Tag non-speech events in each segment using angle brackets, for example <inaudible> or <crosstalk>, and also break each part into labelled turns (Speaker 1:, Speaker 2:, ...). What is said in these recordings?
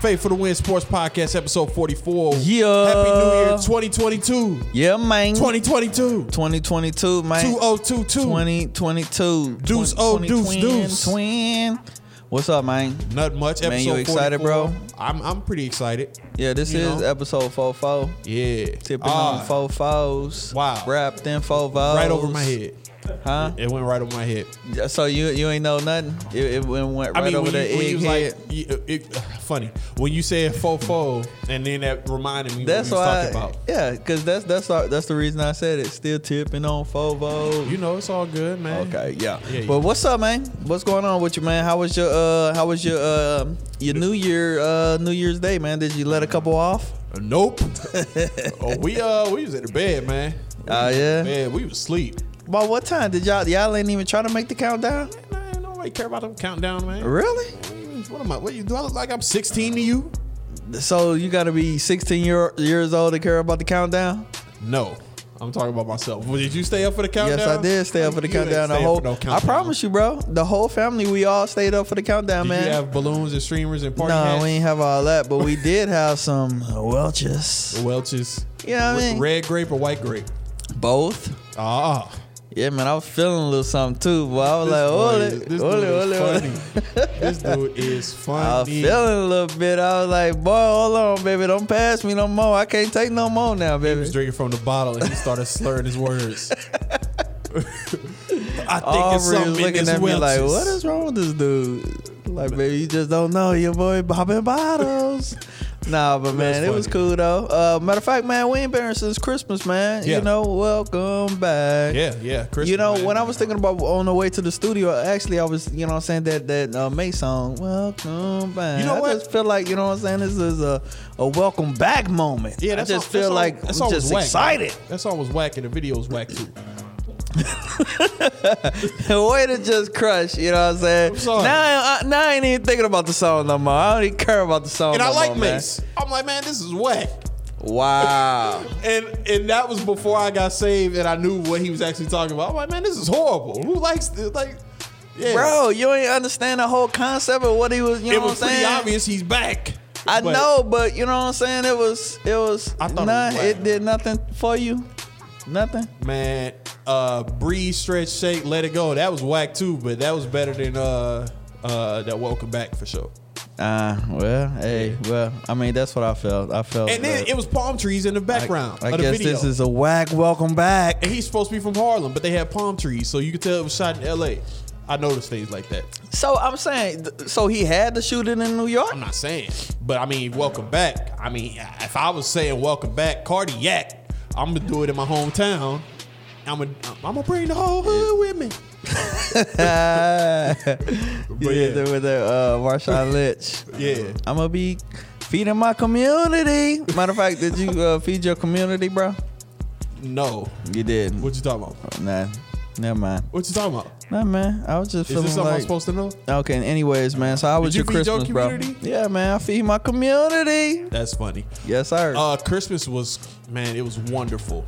Speaker 1: Faith for the Win Sports Podcast, episode 44.
Speaker 2: Yeah.
Speaker 1: Happy New Year 2022.
Speaker 2: Yeah, man.
Speaker 1: 2022.
Speaker 2: 2022, man.
Speaker 1: 2022.
Speaker 2: 2022.
Speaker 1: Deuce, oh, deuce, deuce.
Speaker 2: Twin. What's up, man?
Speaker 1: Not much. Episode
Speaker 2: Man, you
Speaker 1: 44.
Speaker 2: excited, bro?
Speaker 1: I'm, I'm pretty excited.
Speaker 2: Yeah, this
Speaker 1: You
Speaker 2: is
Speaker 1: know?
Speaker 2: episode 44.
Speaker 1: Yeah.
Speaker 2: Tipping
Speaker 1: Ah,
Speaker 2: on four fours.
Speaker 1: Wow.
Speaker 2: Wrapped in four fours.
Speaker 1: Right over my head.
Speaker 2: Huh?
Speaker 1: It went right over my head.
Speaker 2: So you you ain't know nothing? It, it went went right
Speaker 1: I mean, when
Speaker 2: over the
Speaker 1: you, when
Speaker 2: egg
Speaker 1: you was
Speaker 2: head.
Speaker 1: like, you- it, uh, funny when you said fofo, and then that reminded me
Speaker 2: that's
Speaker 1: what we
Speaker 2: why.
Speaker 1: was talking about.
Speaker 2: Yeah, because that's that's our, that's the reason I said it. Still tipping on four fours.
Speaker 1: You know, it's all good, man.
Speaker 2: Okay, yeah.
Speaker 1: Yeah, yeah.
Speaker 2: But what's up, man? What's going on with you, man? How was your uh how was your uh your New Year uh New Year's Day, man? Did you let a couple off?
Speaker 1: Uh,
Speaker 2: <laughs>
Speaker 1: Nope. oh, we uh, we was at the bed, man.
Speaker 2: Oh yeah.
Speaker 1: Man, we was asleep.
Speaker 2: By what time did y'all y'all ain't even try to make the countdown?
Speaker 1: Man, nobody care about them countdown, man.
Speaker 2: Really?
Speaker 1: What am I? What you do? I look like I'm 16 to you?
Speaker 2: So you got to be 16 year, years old to care about the countdown?
Speaker 1: No, I'm talking about myself. Well, did you stay up for the countdown?
Speaker 2: Yes, I did stay up for the
Speaker 1: You ain't
Speaker 2: countdown. The
Speaker 1: stay up
Speaker 2: whole
Speaker 1: for no
Speaker 2: I
Speaker 1: countdown.
Speaker 2: promise you, bro. The whole family we all stayed up for the countdown,
Speaker 1: Did
Speaker 2: man.
Speaker 1: you have balloons and streamers and
Speaker 2: no,
Speaker 1: party hats?
Speaker 2: we ain't have all that, but we did have some Welches.
Speaker 1: Welch's.
Speaker 2: You know what I mean?
Speaker 1: Red grape or white grape?
Speaker 2: Both.
Speaker 1: Ah.
Speaker 2: Yeah, man, I was feeling a little something too, but I was like,
Speaker 1: This dude is- this
Speaker 2: ole, ole,
Speaker 1: dude
Speaker 2: ole,
Speaker 1: is
Speaker 2: ole.
Speaker 1: funny.
Speaker 2: <laughs>
Speaker 1: this dude is funny.
Speaker 2: I was feeling a little bit. I was like, boy, hold on, baby. Don't pass me no more. I can't take no more now,
Speaker 1: He was
Speaker 2: baby.
Speaker 1: drinking from the bottle and he started slurring his
Speaker 2: <laughs>
Speaker 1: words. <laughs> I think it's
Speaker 2: Aubrey was
Speaker 1: something in
Speaker 2: looking
Speaker 1: this
Speaker 2: at me like,
Speaker 1: Welch's.
Speaker 2: what is wrong with this dude? Like, baby, you just don't know. Your boy
Speaker 1: <laughs>
Speaker 2: bobbing bottles. Nah, but man, it was
Speaker 1: funny.
Speaker 2: cool though. Uh, matter of fact, man, we ain't been here since Christmas, man.
Speaker 1: Yeah.
Speaker 2: You know, welcome back.
Speaker 1: Yeah, yeah. Christmas,
Speaker 2: You know,
Speaker 1: man.
Speaker 2: when I was thinking about on the way to the studio, actually, I was, you know, what I'm saying that that uh, May song, "Welcome Back."
Speaker 1: You know
Speaker 2: I
Speaker 1: what?
Speaker 2: just feel like, you know, what I'm saying this is a, a welcome back moment.
Speaker 1: Yeah,
Speaker 2: I
Speaker 1: that's
Speaker 2: just
Speaker 1: all-
Speaker 2: feel
Speaker 1: that's all-
Speaker 2: like
Speaker 1: that's
Speaker 2: I'm
Speaker 1: all was
Speaker 2: just
Speaker 1: whack.
Speaker 2: excited. <laughs>
Speaker 1: That song was whack and the video was whack too.
Speaker 2: way to just crush, you know what I'm saying?
Speaker 1: sorry.
Speaker 2: Now, I, now I ain't even thinking about the song no more. I don't even care about the song.
Speaker 1: And
Speaker 2: no
Speaker 1: I like
Speaker 2: more, man.
Speaker 1: Mace. I'm like, man, this is whack.
Speaker 2: Wow.
Speaker 1: And and that was before I got saved and I knew what he was actually talking about. I'm like, man, this is horrible. Who likes this? Like, <laughs> yeah.
Speaker 2: Bro, you ain't understand the whole concept of what he was. You know
Speaker 1: it was
Speaker 2: what I'm
Speaker 1: pretty
Speaker 2: saying?
Speaker 1: obvious he's back.
Speaker 2: I
Speaker 1: But
Speaker 2: know, but you know what I'm saying? It was it was
Speaker 1: I thought it
Speaker 2: nah,
Speaker 1: was whack.
Speaker 2: it did nothing for you. Nothing.
Speaker 1: Man, uh breathe, stretch, shake, let it go. That was whack too, but that was better than uh uh that welcome back for sure.
Speaker 2: Uh well, hey, well, I mean that's what I felt. I felt
Speaker 1: And then
Speaker 2: that-
Speaker 1: it was palm trees in the background
Speaker 2: I
Speaker 1: of the
Speaker 2: guess
Speaker 1: video.
Speaker 2: this is a whack welcome back.
Speaker 1: and he's supposed to be from Harlem, but they had palm trees, so you could tell it was shot in LA. I noticed things like that.
Speaker 2: So I'm saying th- so he had to shoot it in New York?
Speaker 1: I'm not saying, but I mean, welcome back. I mean, if I was saying welcome back, cardiac, I'm gonna do it in my hometown. I'm gonna, I'm gonna bring the whole hood with me.
Speaker 2: yeah,
Speaker 1: yeah.
Speaker 2: there with the uh Marshawn Lynch.
Speaker 1: Yeah,
Speaker 2: I'm gonna be feeding my community. Matter of fact, did you <laughs> uh, feed your community, bro?
Speaker 1: no.
Speaker 2: You did.
Speaker 1: What you talking about?
Speaker 2: Nah. Never mind.
Speaker 1: What you talking about?
Speaker 2: Nah, man. I was just
Speaker 1: Is
Speaker 2: feeling
Speaker 1: this something
Speaker 2: like
Speaker 1: I'm supposed to know?
Speaker 2: Okay, and anyways, man. So how was
Speaker 1: you
Speaker 2: your
Speaker 1: feed your
Speaker 2: Christmas, bro?
Speaker 1: community?
Speaker 2: Yeah, man. I feed my community.
Speaker 1: That's funny.
Speaker 2: Yes, sir.
Speaker 1: Uh, Christmas was, man, it was wonderful.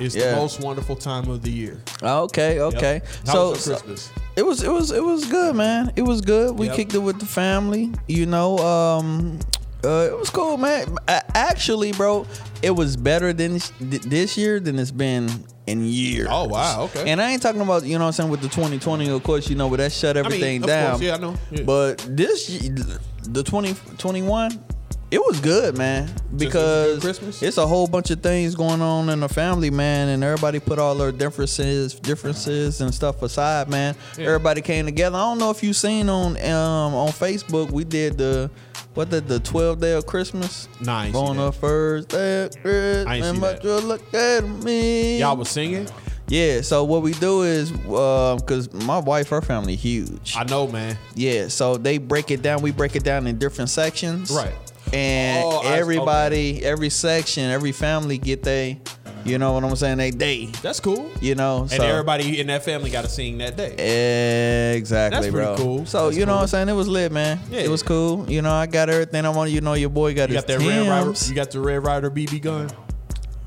Speaker 1: It's
Speaker 2: Yeah.
Speaker 1: the most wonderful time of the year.
Speaker 2: okay, okay.
Speaker 1: How
Speaker 2: So,
Speaker 1: was your
Speaker 2: so
Speaker 1: Christmas?
Speaker 2: it was it was it was good, man. It was good. We
Speaker 1: Yep.
Speaker 2: kicked it with the family, you know. Um uh, it was cool, man. A- Actually, bro, it was better than this- th- this year than it's been in years.
Speaker 1: Oh, wow, okay.
Speaker 2: And I ain't talking about you know what I'm saying with the 2020, of course, you know, but that shut everything
Speaker 1: of
Speaker 2: down.
Speaker 1: course, yeah, I know, yeah.
Speaker 2: But this y- the 2021, it was good, man, because
Speaker 1: Christmas?
Speaker 2: it's a whole bunch of things going on in the family, man, and everybody put all their differences, differences and stuff aside, man.
Speaker 1: Yeah.
Speaker 2: Everybody came together. I don't know if you seen on um on Facebook, we did the what the the 12 day of Christmas.
Speaker 1: Nah, I ain't seen
Speaker 2: on
Speaker 1: that.
Speaker 2: the first day of Christmas,
Speaker 1: I ain't seen
Speaker 2: but
Speaker 1: that.
Speaker 2: you look at me.
Speaker 1: Y'all was singing.
Speaker 2: Yeah, so what we do is because my wife, her family huge.
Speaker 1: I know, man.
Speaker 2: yeah, so they break it down. We break it down in different sections.
Speaker 1: Right.
Speaker 2: And
Speaker 1: Oh, I- okay.
Speaker 2: everybody, every section, every family get they, you know what I'm saying? They day.
Speaker 1: That's cool.
Speaker 2: You know.
Speaker 1: And everybody in that family got to sing that day.
Speaker 2: Exactly,
Speaker 1: That's pretty
Speaker 2: bro.
Speaker 1: cool.
Speaker 2: So
Speaker 1: That's
Speaker 2: you know
Speaker 1: cool.
Speaker 2: what I'm saying? It was lit, man.
Speaker 1: Yeah.
Speaker 2: It was cool. You know, I got everything I wanted. You know, your boy got
Speaker 1: You
Speaker 2: his
Speaker 1: got that red rider.
Speaker 2: Timbs.
Speaker 1: You got the red rider BB gun.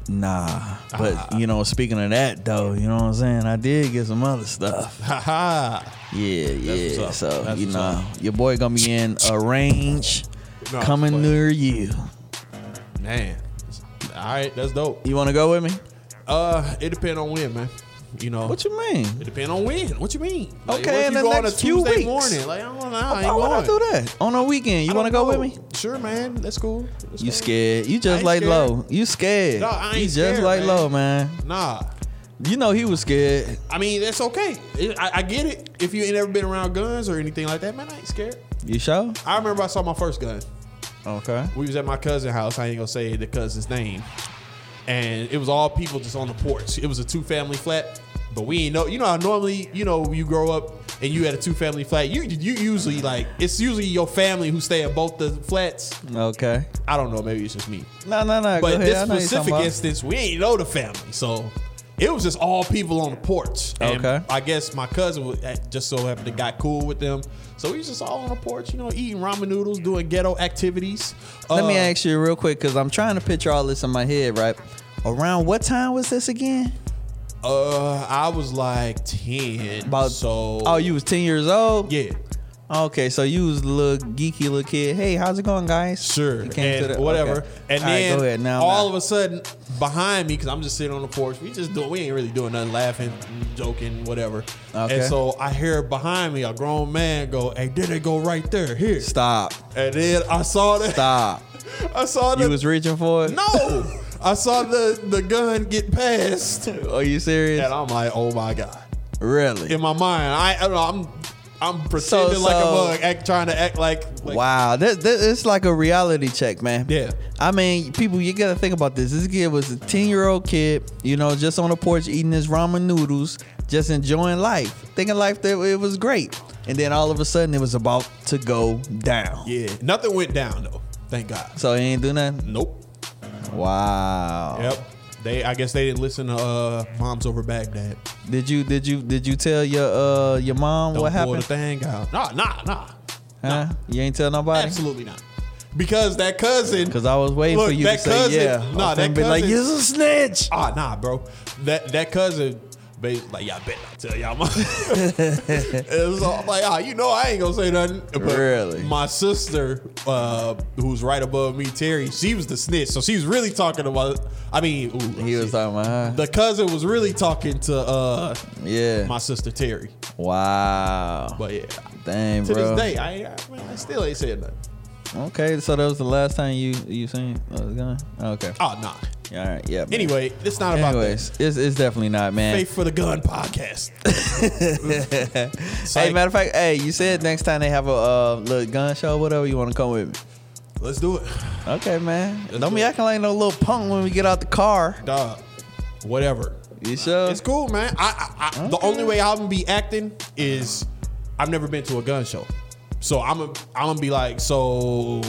Speaker 2: Nah, but
Speaker 1: Ah.
Speaker 2: you know, speaking of that though, you know what I'm saying? I did get some other stuff.
Speaker 1: Haha.
Speaker 2: Yeah,
Speaker 1: what's
Speaker 2: yeah.
Speaker 1: up.
Speaker 2: So
Speaker 1: That's
Speaker 2: you
Speaker 1: what's
Speaker 2: know, your boy gonna be in a range.
Speaker 1: No,
Speaker 2: coming
Speaker 1: but-
Speaker 2: near you.
Speaker 1: Man. All right, that's dope.
Speaker 2: You want to go with me?
Speaker 1: Uh, it depend on when, man. You know,
Speaker 2: What you mean?
Speaker 1: it depend on when. What you mean? Like,
Speaker 2: Okay,
Speaker 1: what if
Speaker 2: in
Speaker 1: you
Speaker 2: the
Speaker 1: go on a
Speaker 2: next few
Speaker 1: Tuesday
Speaker 2: weeks.
Speaker 1: morning, like I don't know, I ain't
Speaker 2: Why would I
Speaker 1: going.
Speaker 2: do that on a weekend? You
Speaker 1: I
Speaker 2: want to go
Speaker 1: don't
Speaker 2: with
Speaker 1: know.
Speaker 2: me?
Speaker 1: Sure, man. That's cool. That's
Speaker 2: You
Speaker 1: cool.
Speaker 2: scared? You
Speaker 1: I
Speaker 2: just
Speaker 1: ain't
Speaker 2: like
Speaker 1: scared.
Speaker 2: low. You scared?
Speaker 1: No, I ain't
Speaker 2: you just
Speaker 1: scared,
Speaker 2: like
Speaker 1: man.
Speaker 2: low, man.
Speaker 1: Nah.
Speaker 2: You know he was scared.
Speaker 1: I mean, that's okay. It- I, I get it. If you ain't ever been around guns or anything like that, man, I ain't scared.
Speaker 2: You sure?
Speaker 1: I remember I saw my first gun.
Speaker 2: Okay.
Speaker 1: We was at my cousin's house. I ain't gonna say the cousin's name. And it was all people just on the porch. It was a two family flat, but we ain't know. You know how normally, you know, you grow up and you had a two family flat. You you usually like it's usually your family who stay at both the flats.
Speaker 2: Okay.
Speaker 1: I don't know. Maybe it's just me.
Speaker 2: No, no, no. go
Speaker 1: But
Speaker 2: ahead.
Speaker 1: this
Speaker 2: I know you're talking
Speaker 1: specific
Speaker 2: about-
Speaker 1: instance, we ain't know the family, so it was just all people on the porch. And
Speaker 2: Okay.
Speaker 1: I guess my cousin was, eh, just so happened to got cool with them, so we was just all on the porch, you know, eating ramen noodles, doing ghetto activities.
Speaker 2: Let me
Speaker 1: Uh,
Speaker 2: ask you real quick because I'm trying to picture all this in my head, right? Around what time was this again?
Speaker 1: Uh, I was like ten,
Speaker 2: About
Speaker 1: so
Speaker 2: Oh, you was 10 years old.
Speaker 1: yeah,
Speaker 2: Okay, so you was a little geeky little kid. Hey, how's it going, guys?
Speaker 1: sure,
Speaker 2: You came to
Speaker 1: and
Speaker 2: the-
Speaker 1: whatever.
Speaker 2: okay.
Speaker 1: And
Speaker 2: All right,
Speaker 1: then
Speaker 2: go ahead. Now I'm
Speaker 1: all
Speaker 2: out.
Speaker 1: of a sudden, behind me, because I'm just sitting on the porch, we just doing, we ain't really doing nothing, laughing, joking, whatever.
Speaker 2: Okay.
Speaker 1: And so I hear behind me a grown man go, "Hey, there they go right there, here."
Speaker 2: stop,
Speaker 1: And then I saw that.
Speaker 2: stop.
Speaker 1: <laughs> I saw the.
Speaker 2: you was reaching for it.
Speaker 1: <laughs> no, I saw the the gun get
Speaker 2: <laughs>
Speaker 1: passed, and
Speaker 2: Are you serious?
Speaker 1: I'm like, "Oh my god."
Speaker 2: Really?
Speaker 1: in my mind. I, I don't know, I'm I'm pretending
Speaker 2: So-
Speaker 1: like a
Speaker 2: so-
Speaker 1: mug, act, trying to act like, like
Speaker 2: wow, that, that it's like a reality check, man.
Speaker 1: Yeah.
Speaker 2: I mean, people, you gotta think about this. This kid was a ten-year-old kid, you know, just on the porch eating his ramen noodles, just enjoying life, thinking life that it was great, and then all of a sudden it was about to go down.
Speaker 1: Yeah, nothing went down though. Thank God.
Speaker 2: So he ain't do nothing.
Speaker 1: Nope.
Speaker 2: Wow.
Speaker 1: Yep. They, I guess they didn't listen to uh, "Moms Over Baghdad."
Speaker 2: Did you did you did you tell your uh your mom
Speaker 1: Don't
Speaker 2: what
Speaker 1: pull
Speaker 2: happened?
Speaker 1: The thing out. Nah, nah, nah.
Speaker 2: Huh? You ain't tell nobody.
Speaker 1: Absolutely not. Because that cousin.
Speaker 2: Cause I was waiting
Speaker 1: Look,
Speaker 2: for you to
Speaker 1: that
Speaker 2: say
Speaker 1: cousin-
Speaker 2: yeah.
Speaker 1: nah,
Speaker 2: I'm finna
Speaker 1: that
Speaker 2: be like
Speaker 1: cousin-
Speaker 2: you're a
Speaker 1: <laughs>
Speaker 2: snitch.
Speaker 1: Ah, nah, bro. That that cousin, ba- like, y'all bet not tell y'all mom. <laughs> it was all like, ah, you know, I ain't gonna say nothing. But
Speaker 2: Really?
Speaker 1: My sister, uh, who's right above me, Terry, she was the snitch, so she was really talking about. I mean, ooh,
Speaker 2: He was
Speaker 1: shit.
Speaker 2: talking about huh?
Speaker 1: the cousin was really talking to uh,
Speaker 2: Yeah.
Speaker 1: my sister Terry.
Speaker 2: wow.
Speaker 1: But yeah,
Speaker 2: Dang,
Speaker 1: to
Speaker 2: bro.
Speaker 1: this day, I, ain't- I, man, I still ain't said nothing.
Speaker 2: Okay, so that was the last time you you seen uh, the gun. Okay.
Speaker 1: Oh, nah.
Speaker 2: All right. Yeah. man.
Speaker 1: Anyway, it's not about
Speaker 2: Anyways, it's, it's definitely not,
Speaker 1: the
Speaker 2: man.
Speaker 1: faith for the gun
Speaker 2: <laughs>
Speaker 1: podcast.
Speaker 2: Hey,
Speaker 1: Psych.
Speaker 2: matter of fact, hey, you said next time they have a uh, little gun show, whatever, you want to come with me.
Speaker 1: Let's do it.
Speaker 2: Okay, man. Don't
Speaker 1: do
Speaker 2: be
Speaker 1: it.
Speaker 2: acting like no little punk when we get out the car.
Speaker 1: Dog, whatever.
Speaker 2: You sure?
Speaker 1: It's cool, man. I, I, I the only way I'm gonna be acting is I've never been to a gun show, so I'm a, I'm gonna be like, so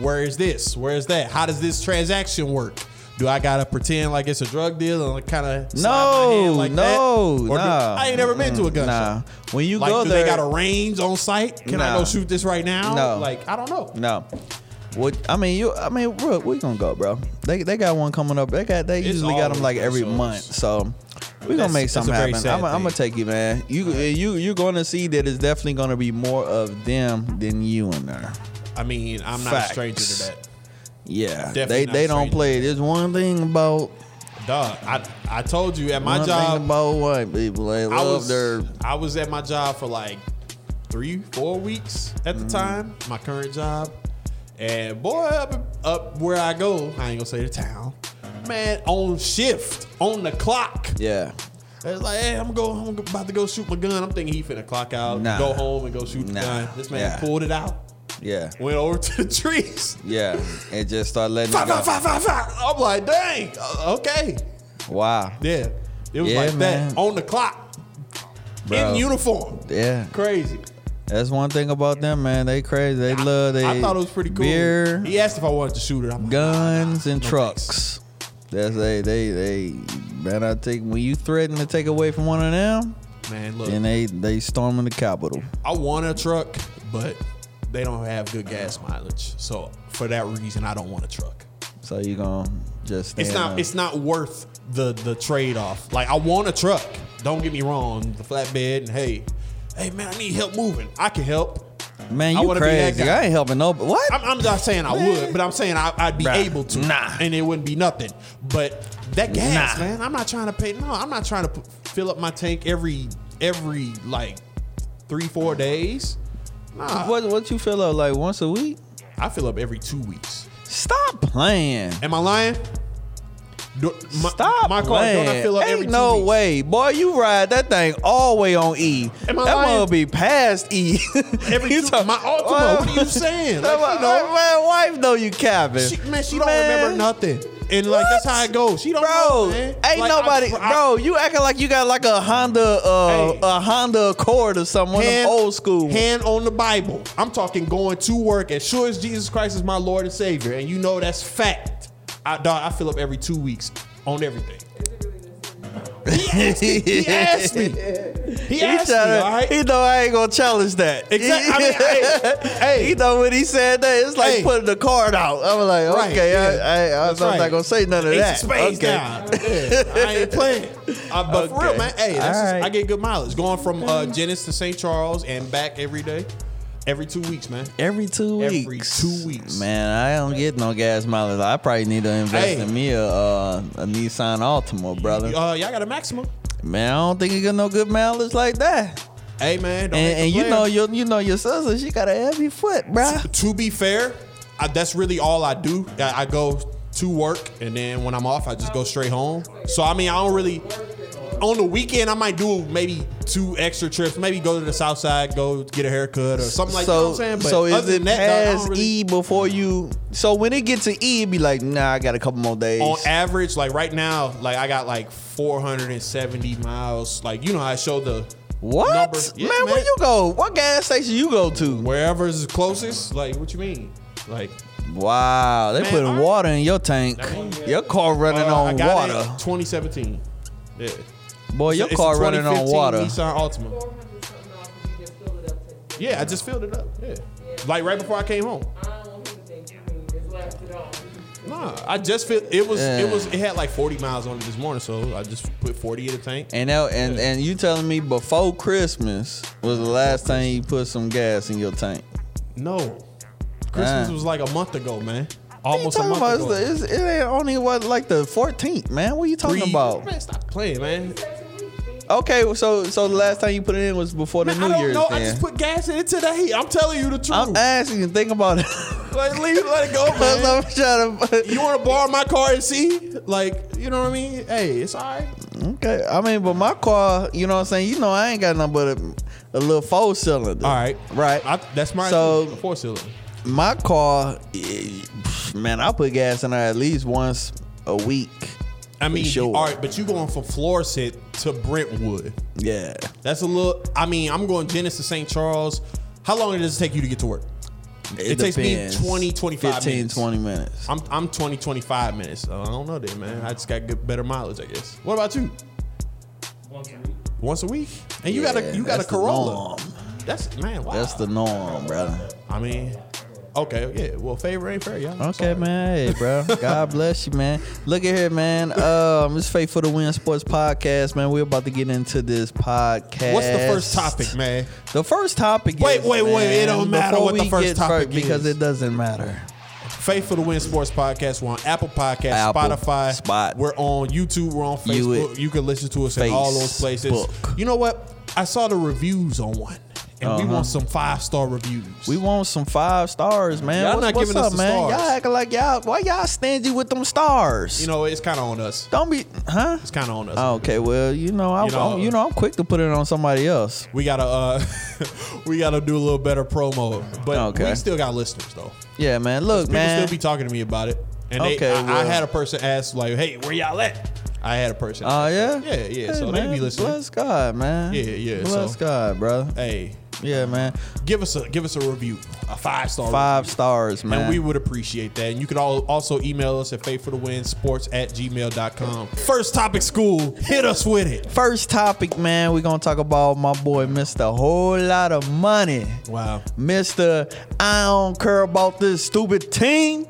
Speaker 1: where is this? Where is that? How does this transaction work? Do I gotta pretend like it's a drug deal and kind of
Speaker 2: No,
Speaker 1: like
Speaker 2: no,
Speaker 1: that? Or do-
Speaker 2: nah.
Speaker 1: I ain't never been to a gun
Speaker 2: nah.
Speaker 1: show.
Speaker 2: When you
Speaker 1: Like,
Speaker 2: go
Speaker 1: do
Speaker 2: there,
Speaker 1: they got a range on site? Can I
Speaker 2: Nah.
Speaker 1: go shoot this right now?
Speaker 2: No.
Speaker 1: like I don't know.
Speaker 2: no. What I mean, you. I mean, bro, we gonna go, bro. They they got one coming up. They got they
Speaker 1: It's
Speaker 2: usually got them
Speaker 1: always
Speaker 2: like
Speaker 1: gun
Speaker 2: every
Speaker 1: shows.
Speaker 2: month, so we gonna
Speaker 1: That's-
Speaker 2: make
Speaker 1: that's a
Speaker 2: something
Speaker 1: very
Speaker 2: happen.
Speaker 1: sad
Speaker 2: I'm, I'm gonna
Speaker 1: thing.
Speaker 2: take you, man. You you you're gonna see that it's definitely gonna be more of them than you in there.
Speaker 1: I mean, I'm not
Speaker 2: Facts.
Speaker 1: a stranger to that.
Speaker 2: Yeah,
Speaker 1: Definitely
Speaker 2: they
Speaker 1: not
Speaker 2: they don't
Speaker 1: strange.
Speaker 2: play. There's one thing about
Speaker 1: Dog, I I told you at my
Speaker 2: one
Speaker 1: job.
Speaker 2: thing about white people. They
Speaker 1: I
Speaker 2: love
Speaker 1: was
Speaker 2: their
Speaker 1: I was at my job for like three, four weeks at the time, my current job. And boy, up, up where I go, I ain't gonna say the town. Man, on shift, on the clock.
Speaker 2: yeah.
Speaker 1: It's like, hey, I'm going home, about to go shoot my gun. I'm thinking he finna clock out,
Speaker 2: Nah.
Speaker 1: go home and go shoot the
Speaker 2: Nah.
Speaker 1: gun. This man
Speaker 2: Yeah.
Speaker 1: pulled it out,
Speaker 2: Yeah,
Speaker 1: went over <laughs> to the trees.
Speaker 2: yeah, and just start letting
Speaker 1: Fa,
Speaker 2: it go.
Speaker 1: fa, fa, fa, fa. I'm like, dang, uh, okay.
Speaker 2: Wow,
Speaker 1: Yeah. It was
Speaker 2: Yeah,
Speaker 1: like
Speaker 2: man.
Speaker 1: that on the clock,
Speaker 2: Bro.
Speaker 1: in uniform.
Speaker 2: yeah.
Speaker 1: Crazy.
Speaker 2: That's one thing about them, man. They crazy. They love. They
Speaker 1: I thought it was pretty cool.
Speaker 2: Beer,
Speaker 1: He asked if I wanted to shoot it. I'm like,
Speaker 2: guns, and
Speaker 1: No
Speaker 2: trucks. That's they. They. They. Man, I think when you threaten to take away from one of them,
Speaker 1: man, look,
Speaker 2: then they they storming the Capitol.
Speaker 1: I want a truck, but they don't have good gas mileage. So for that reason, I don't want a truck.
Speaker 2: So you gonna just.
Speaker 1: It's
Speaker 2: stand
Speaker 1: not
Speaker 2: up.
Speaker 1: it's not worth the the trade off. Like I want a truck. Don't get me wrong. The flatbed and hey, hey man, I need help moving. I can help.
Speaker 2: Man,
Speaker 1: I
Speaker 2: you
Speaker 1: wanna be that
Speaker 2: crazy.
Speaker 1: guy.
Speaker 2: I ain't helping nobody. What?
Speaker 1: I'm, I'm not saying I would, but I'm saying I, I'd be
Speaker 2: Bruh,
Speaker 1: able to.
Speaker 2: nah.
Speaker 1: And it wouldn't be nothing. But that gas,
Speaker 2: Nah.
Speaker 1: man, I'm not trying to pay. No, I'm not trying to p- fill up my tank every, every like three, four days. Nah.
Speaker 2: what what you fill up like once a week?
Speaker 1: I fill up every two weeks.
Speaker 2: Stop playing.
Speaker 1: Am I lying? Do- my,
Speaker 2: Stop.
Speaker 1: My car,
Speaker 2: playing.
Speaker 1: don't I fill up
Speaker 2: Ain't
Speaker 1: every two
Speaker 2: no
Speaker 1: weeks?
Speaker 2: way, boy. You ride that thing all the way on E.
Speaker 1: Am I
Speaker 2: that
Speaker 1: lying?
Speaker 2: must be past E. <laughs>
Speaker 1: Every
Speaker 2: You
Speaker 1: two-
Speaker 2: talk-
Speaker 1: my oh, Altima, what are you saying?
Speaker 2: <laughs> That
Speaker 1: Like,
Speaker 2: my-
Speaker 1: you know.
Speaker 2: my, my wife know you capping.
Speaker 1: She, man, she don't remember nothing. And like that's how it goes. She don't
Speaker 2: Bro,
Speaker 1: know, man. Like,
Speaker 2: ain't
Speaker 1: I-
Speaker 2: nobody,
Speaker 1: I-
Speaker 2: bro. You acting like you got like a Honda, uh,
Speaker 1: Hey.
Speaker 2: a Honda Accord or something, one of them old school.
Speaker 1: Hand on the Bible. I'm talking going to work as sure as Jesus Christ is my Lord and Savior. And you know that's fact. I dog, I fill up every two weeks on everything. He asked
Speaker 2: <laughs>
Speaker 1: me. He
Speaker 2: He,
Speaker 1: asked me,
Speaker 2: tryna-
Speaker 1: all right?
Speaker 2: he know I ain't gonna challenge that.
Speaker 1: Exact- I mean,
Speaker 2: <laughs>
Speaker 1: hey, hey.
Speaker 2: he know when he said that, it's like
Speaker 1: Hey.
Speaker 2: putting the card out. I'm like,
Speaker 1: Right,
Speaker 2: okay,
Speaker 1: yeah.
Speaker 2: I, I, I, am
Speaker 1: That's right.
Speaker 2: not gonna say none of
Speaker 1: Ace
Speaker 2: that.
Speaker 1: of spades
Speaker 2: okay.
Speaker 1: down. Yeah, I ain't
Speaker 2: <laughs>
Speaker 1: playing. Uh, but for
Speaker 2: Okay.
Speaker 1: real, man, hey, that's just-
Speaker 2: All right.
Speaker 1: I get good mileage going from uh, Jennings to St. Charles and back every day, every two weeks, man.
Speaker 2: Every two
Speaker 1: Every
Speaker 2: weeks.
Speaker 1: two weeks.
Speaker 2: Man, I don't get no gas mileage. I probably need to invest
Speaker 1: Hey.
Speaker 2: in me a, uh, a Nissan Altima, brother.
Speaker 1: Uh, y'all got a maximum.
Speaker 2: Man, I don't think you got no good mileage like that.
Speaker 1: Hey, man, don't
Speaker 2: And,
Speaker 1: hate
Speaker 2: and
Speaker 1: the
Speaker 2: you
Speaker 1: player.
Speaker 2: know your you know your sister, she got a heavy foot, bruh.
Speaker 1: to be fair, I, that's really all I do. I, I go to work, and then when I'm off, I just go straight home. So I mean, I don't really. On the weekend, I might do maybe two extra trips. Maybe go to the south side, go get a haircut or <laughs> something like that. You know
Speaker 2: so
Speaker 1: what I'm saying?
Speaker 2: so is
Speaker 1: other
Speaker 2: it
Speaker 1: than that, dog, I don't
Speaker 2: past
Speaker 1: really-
Speaker 2: E before you? So when it get to E, it be like, nah, I got a couple more days.
Speaker 1: on average, like right now, like I got like 470 miles. Like you know, how I show the
Speaker 2: what
Speaker 1: number. Yeah,
Speaker 2: man, Where you go? What gas station you go to?
Speaker 1: Wherever is closest. Like what you mean? Like
Speaker 2: Wow, they
Speaker 1: Man,
Speaker 2: putting
Speaker 1: I-
Speaker 2: water in your tank.
Speaker 1: Yeah.
Speaker 2: Your car running
Speaker 1: uh, I
Speaker 2: on
Speaker 1: got
Speaker 2: water,
Speaker 1: It 2017. Yeah.
Speaker 2: boy. Oh, Your
Speaker 1: It's a
Speaker 2: car running on
Speaker 1: 2015
Speaker 2: water.
Speaker 1: Nissan Altima.
Speaker 3: 400 something dollars if you just fill it up. to-
Speaker 1: Yeah, I just filled it up. Yeah. Like right before I came home.
Speaker 3: I don't want him to think you mean just left it all.
Speaker 1: Nah, I just filled it was
Speaker 2: Yeah.
Speaker 1: it was it had like 40 miles on it this morning, so I just put 40 in the tank.
Speaker 2: And now, and and you telling me before Christmas was the last time you put some gas in your tank?
Speaker 1: No. Christmas
Speaker 2: Ah.
Speaker 1: was like a month ago, man.
Speaker 2: What you
Speaker 1: Almost a
Speaker 2: talking
Speaker 1: month
Speaker 2: about?
Speaker 1: ago.
Speaker 2: It's the- it's- it ain't only what like the 14th, man. What are you talking
Speaker 1: Three-
Speaker 2: about?
Speaker 1: Man, stop playing, man.
Speaker 2: Okay, so so the last time you put it in was before the
Speaker 1: Man,
Speaker 2: New
Speaker 1: I don't
Speaker 2: Year's.
Speaker 1: know. I
Speaker 2: Then.
Speaker 1: just put gas in it today. I'm telling you the truth.
Speaker 2: I'm asking you, think about it. <laughs>
Speaker 1: like, leave, let it go,
Speaker 2: Cause
Speaker 1: man.
Speaker 2: <laughs> I'm trying to.
Speaker 1: You want to borrow my car and see? Like, you know what I mean? Hey, it's all right.
Speaker 2: okay, I mean, but my car, you know what I'm saying? You know, I ain't got nothing but a, a little four cylinder.
Speaker 1: All right.
Speaker 2: right.
Speaker 1: I, that's my
Speaker 2: So-
Speaker 1: four cylinder.
Speaker 2: my car, eh, man, I put gas in her at least once a week.
Speaker 1: I mean,
Speaker 2: sure.
Speaker 1: all right, but you going from Florissant to Brentwood.
Speaker 2: Yeah,
Speaker 1: That's a little. I mean, I'm going Genesis to St. Charles. How long does it take you to get to work? It, takes me
Speaker 2: depends.
Speaker 1: 20, 25
Speaker 2: 15,
Speaker 1: minutes.
Speaker 2: 20 minutes.
Speaker 1: I'm, I'm 20, 25 minutes. So I don't know then, man. I just got good, better mileage, I guess. What about you? Once a week. Once a week? And you got
Speaker 2: Yeah,
Speaker 1: a you got a
Speaker 2: that's the
Speaker 1: Corolla.
Speaker 2: norm.
Speaker 1: That's man, wow.
Speaker 2: That's the norm, brother.
Speaker 1: I mean, okay, yeah. Well, favor ain't fair, y'all. I'm
Speaker 2: Okay,
Speaker 1: sorry.
Speaker 2: man. Hey, bro. God bless you, man. Look at here, man. Um, it's Faithful to Win Sports Podcast, man. We're about to get into this podcast.
Speaker 1: What's the first topic, man?
Speaker 2: The first topic.
Speaker 1: Wait,
Speaker 2: is,
Speaker 1: wait, wait.
Speaker 2: man,
Speaker 1: It don't matter
Speaker 2: before
Speaker 1: what the
Speaker 2: we
Speaker 1: first
Speaker 2: get
Speaker 1: topic
Speaker 2: because
Speaker 1: is.
Speaker 2: it doesn't matter.
Speaker 1: Faithful to Win Sports Podcast. We're on Apple Podcasts,
Speaker 2: Apple,
Speaker 1: Spotify.
Speaker 2: Spot.
Speaker 1: We're on YouTube. We're on
Speaker 2: You
Speaker 1: Facebook.
Speaker 2: it.
Speaker 1: You, can listen to us in all those places.
Speaker 2: Facebook.
Speaker 1: You know what? I saw the reviews on one, and we
Speaker 2: Uh-huh.
Speaker 1: want some five star reviews.
Speaker 2: We want some five stars, man.
Speaker 1: Y'all
Speaker 2: what's
Speaker 1: not
Speaker 2: what's
Speaker 1: giving us
Speaker 2: up,
Speaker 1: the
Speaker 2: man?
Speaker 1: stars.
Speaker 2: Y'all acting like y'all. Why y'all stingy with them stars?
Speaker 1: you know, it's kind of on us.
Speaker 2: don't be, huh?
Speaker 1: It's kind of on us.
Speaker 2: Oh, okay, well, you know, I,
Speaker 1: You know-
Speaker 2: I'm, you know, I'm quick to put it on somebody else.
Speaker 1: We gotta, uh, <laughs> we gotta do a little better promo, but
Speaker 2: Okay.
Speaker 1: we still got listeners though.
Speaker 2: Yeah, man. Look,
Speaker 1: People
Speaker 2: man.
Speaker 1: still be talking to me about it, and they,
Speaker 2: Okay,
Speaker 1: I, I
Speaker 2: well.
Speaker 1: had a person ask like, "Hey, where y'all at?" I had a person.
Speaker 2: Oh yeah,
Speaker 1: yeah, yeah.
Speaker 2: Hey,
Speaker 1: so
Speaker 2: man,
Speaker 1: they be listening.
Speaker 2: Bless God, man.
Speaker 1: Yeah, yeah,
Speaker 2: Bless
Speaker 1: so-
Speaker 2: God, brother.
Speaker 1: Hey,
Speaker 2: Yeah, man.
Speaker 1: give us a give us a review, a five star,
Speaker 2: Five stars, man.
Speaker 1: And we would appreciate that. And you can all also email us at faithfultowinsports at gmail.com. First topic school, hit us with it.
Speaker 2: First topic, man. We're gonna talk about my boy, Mr. Whole Lot of Money,
Speaker 1: Wow.
Speaker 2: Mr. I don't care about this stupid team,